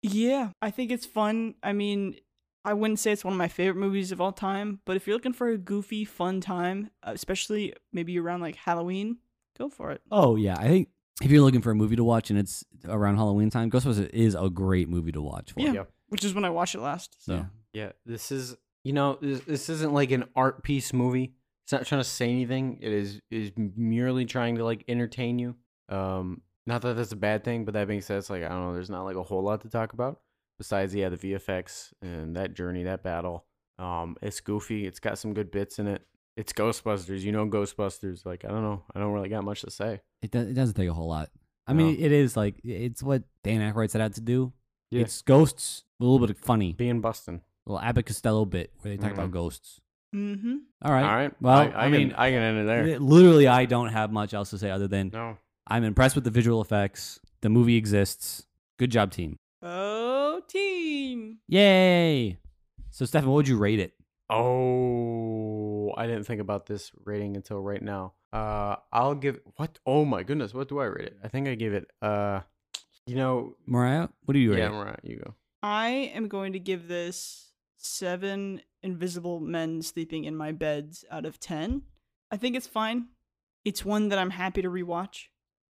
[SPEAKER 3] yeah, I think it's fun. I mean, I wouldn't say it's one of my favorite movies of all time, but if you're looking for a goofy, fun time, uh, especially maybe around like Halloween, go for it.
[SPEAKER 2] Oh, yeah. I think if you're looking for a movie to watch and it's around Halloween time, Ghostbusters is a great movie to watch for.
[SPEAKER 3] Yeah,
[SPEAKER 1] Yep.
[SPEAKER 3] which is when I watched it last. So
[SPEAKER 2] Yeah.
[SPEAKER 1] Yeah, this is you know this, this isn't like an art piece movie. It's not trying to say anything. It is is merely trying to like entertain you. Um, Not that that's a bad thing, but that being said, it's like I don't know. There's not like a whole lot to talk about besides yeah the VFX and that journey, that battle. Um, it's goofy. It's got some good bits in it. It's Ghostbusters. You know Ghostbusters. Like I don't know. I don't really got much to say.
[SPEAKER 2] It, do- it doesn't take a whole lot. I mean,
[SPEAKER 1] No.
[SPEAKER 2] it is like it's what Dan Aykroyd set out to do.
[SPEAKER 1] Yeah.
[SPEAKER 2] It's ghosts, a little bit of funny,
[SPEAKER 1] Being Bustin.
[SPEAKER 2] little Abbott Costello bit where they talk about
[SPEAKER 1] Mhm.
[SPEAKER 2] ghosts.
[SPEAKER 3] Mm-hmm.
[SPEAKER 2] All right.
[SPEAKER 1] All right.
[SPEAKER 2] Well,
[SPEAKER 1] I, I
[SPEAKER 2] I mean,
[SPEAKER 1] can, I can end it there.
[SPEAKER 2] Li- Literally, I don't have much else to say other than
[SPEAKER 1] No.
[SPEAKER 2] I'm impressed with the visual effects. The movie exists. Good job, team.
[SPEAKER 3] Oh, team.
[SPEAKER 2] Yay! So, Stefan, what would you rate it?
[SPEAKER 1] Oh, I didn't think about this rating until right now. Uh, I'll give what? Oh my goodness, what do I rate it? I think I give it. Uh, you know,
[SPEAKER 2] Mariah, what do you rate
[SPEAKER 1] yeah,
[SPEAKER 2] it?
[SPEAKER 1] Mariah, you go.
[SPEAKER 3] I am going to give this seven invisible men sleeping in my beds out of 10. I think it's fine. It's one that I'm happy to rewatch.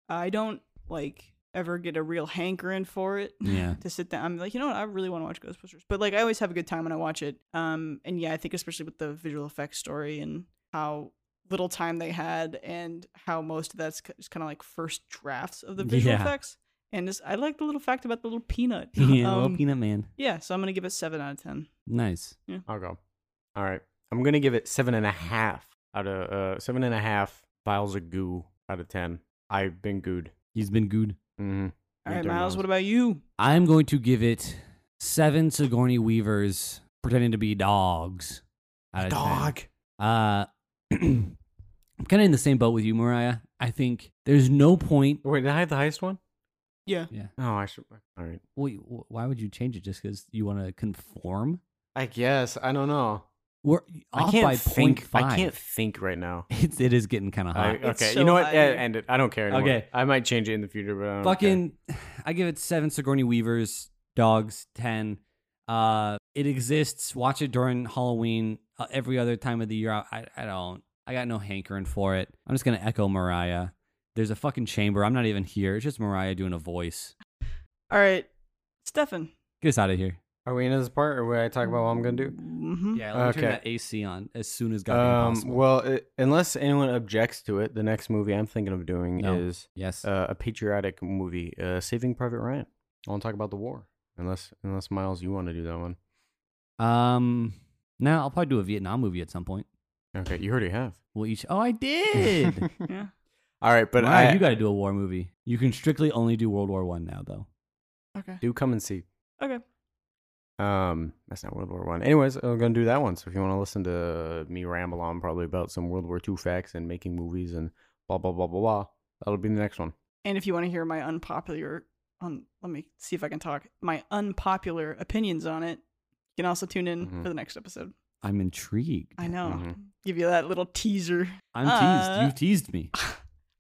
[SPEAKER 3] I don't like ever get a real hankering for it.
[SPEAKER 2] Yeah.
[SPEAKER 3] to sit down. I'm like, you know what? I really want to watch Ghostbusters, but like, I always have a good time when I watch it. Um, and yeah, I think especially with the visual effects story and how little time they had, and how most of that's just kind of like first drafts of the visual
[SPEAKER 2] Yeah.
[SPEAKER 3] effects. And just, I like the little fact about the little peanut.
[SPEAKER 2] yeah, little
[SPEAKER 3] Um,
[SPEAKER 2] peanut man.
[SPEAKER 3] Yeah, so I'm gonna give it seven out of ten.
[SPEAKER 2] Nice.
[SPEAKER 1] I'll go. All right, I'm gonna give it seven and a half out of uh seven and a half vials of goo out of ten. I've been gooed.
[SPEAKER 2] He's been good.
[SPEAKER 1] Mm-hmm.
[SPEAKER 3] All right, Miles, what about you?
[SPEAKER 2] I'm going to give it seven Sigourney Weavers pretending to be dogs. out of 10.
[SPEAKER 1] dog?
[SPEAKER 2] Uh, I'm kind of in the same boat with you, Mariah. I think there's no point.
[SPEAKER 1] Wait, did I have the highest one?
[SPEAKER 3] Yeah,
[SPEAKER 1] Oh, I should. All right.
[SPEAKER 2] Wait, wh- why would you change it just because you want to conform?
[SPEAKER 1] I guess I don't know.
[SPEAKER 2] We're off
[SPEAKER 1] I can't
[SPEAKER 2] by
[SPEAKER 1] think.
[SPEAKER 2] 0.5.
[SPEAKER 1] I can't think right now.
[SPEAKER 2] It's, it is getting kind of
[SPEAKER 1] I,
[SPEAKER 2] hot.
[SPEAKER 3] It's
[SPEAKER 1] okay,
[SPEAKER 3] so
[SPEAKER 1] you know what?
[SPEAKER 3] high.
[SPEAKER 1] Yeah, end it. I don't care anymore.
[SPEAKER 2] Okay.
[SPEAKER 1] I might change it in the future, but I don't
[SPEAKER 2] Fucking, I give it seven Sigourney Weavers, dogs, 10. Uh, it exists. Watch it during Halloween, uh, every other time of the year. I, I, I don't, I got no hankering for it. I'm just going to echo Mariah. There's a fucking chamber. I'm not even here. It's just Mariah doing a voice.
[SPEAKER 3] all right, Stefan.
[SPEAKER 2] Get us out of here.
[SPEAKER 1] Care. Are we into this part, or where I talk about what I'm gonna do?
[SPEAKER 3] Mm-hmm.
[SPEAKER 2] Yeah, let me turn
[SPEAKER 1] Okay.
[SPEAKER 2] that AC on as soon as goddamn
[SPEAKER 1] Um,
[SPEAKER 2] possible.
[SPEAKER 1] well, it, unless anyone objects to it, the next movie I'm thinking of doing
[SPEAKER 2] No.
[SPEAKER 1] is
[SPEAKER 2] yes.
[SPEAKER 1] uh, a patriotic movie, uh, Saving Private Ryan. I want to talk about the war, unless unless Miles, you want to do that one. uh,
[SPEAKER 2] um, now I'll probably do a Vietnam movie at some point.
[SPEAKER 1] Okay, you already have.
[SPEAKER 2] We'll each. Oh, I did.
[SPEAKER 3] Yeah.
[SPEAKER 1] All right, but
[SPEAKER 2] but
[SPEAKER 1] I
[SPEAKER 2] you got to do a war movie. You can strictly only do World War One now, though.
[SPEAKER 3] Okay.
[SPEAKER 1] do come and see.
[SPEAKER 3] Okay.
[SPEAKER 1] Um, that's not World War One. Anyways, I'm gonna do that one. So if you want to listen to me ramble on probably about some World War Two facts and making movies and blah blah blah blah blah, that'll be the next one.
[SPEAKER 3] And if you want to hear my unpopular, on let me see if I can talk my unpopular opinions on it, you can also tune in
[SPEAKER 1] Mhm.
[SPEAKER 3] for the next episode.
[SPEAKER 2] I'm intrigued.
[SPEAKER 3] I know,
[SPEAKER 1] Mhm.
[SPEAKER 3] give you that little teaser.
[SPEAKER 2] I'm
[SPEAKER 3] Uh,
[SPEAKER 2] teased. You teased me.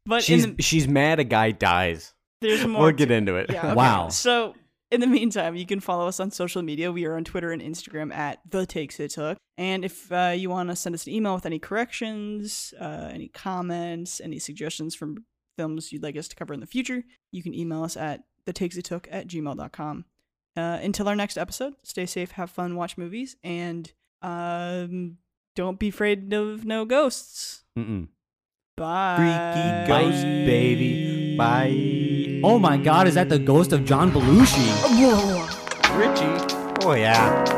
[SPEAKER 3] But
[SPEAKER 1] she's
[SPEAKER 3] in the,
[SPEAKER 1] she's mad a guy dies.
[SPEAKER 3] there's more.
[SPEAKER 1] We'll get
[SPEAKER 3] to-
[SPEAKER 1] into it.
[SPEAKER 3] yeah, okay.
[SPEAKER 2] Wow.
[SPEAKER 3] So in the meantime, you can follow us on social media. We are on Twitter and Instagram at the takes it took. And if uh, you want to send us an email with any corrections, uh, any comments, any suggestions from films you'd like us to cover in the future, you can email us at the takes it took at gmail.com. Uh, until our next episode, stay safe, have fun, watch movies, and um, don't be afraid of no ghosts.
[SPEAKER 2] Mm-mm.
[SPEAKER 3] Bye.
[SPEAKER 1] Freaky ghost, baby. Bye.
[SPEAKER 2] Oh my God! Is that the ghost of John Belushi?
[SPEAKER 1] Richie. Oh yeah.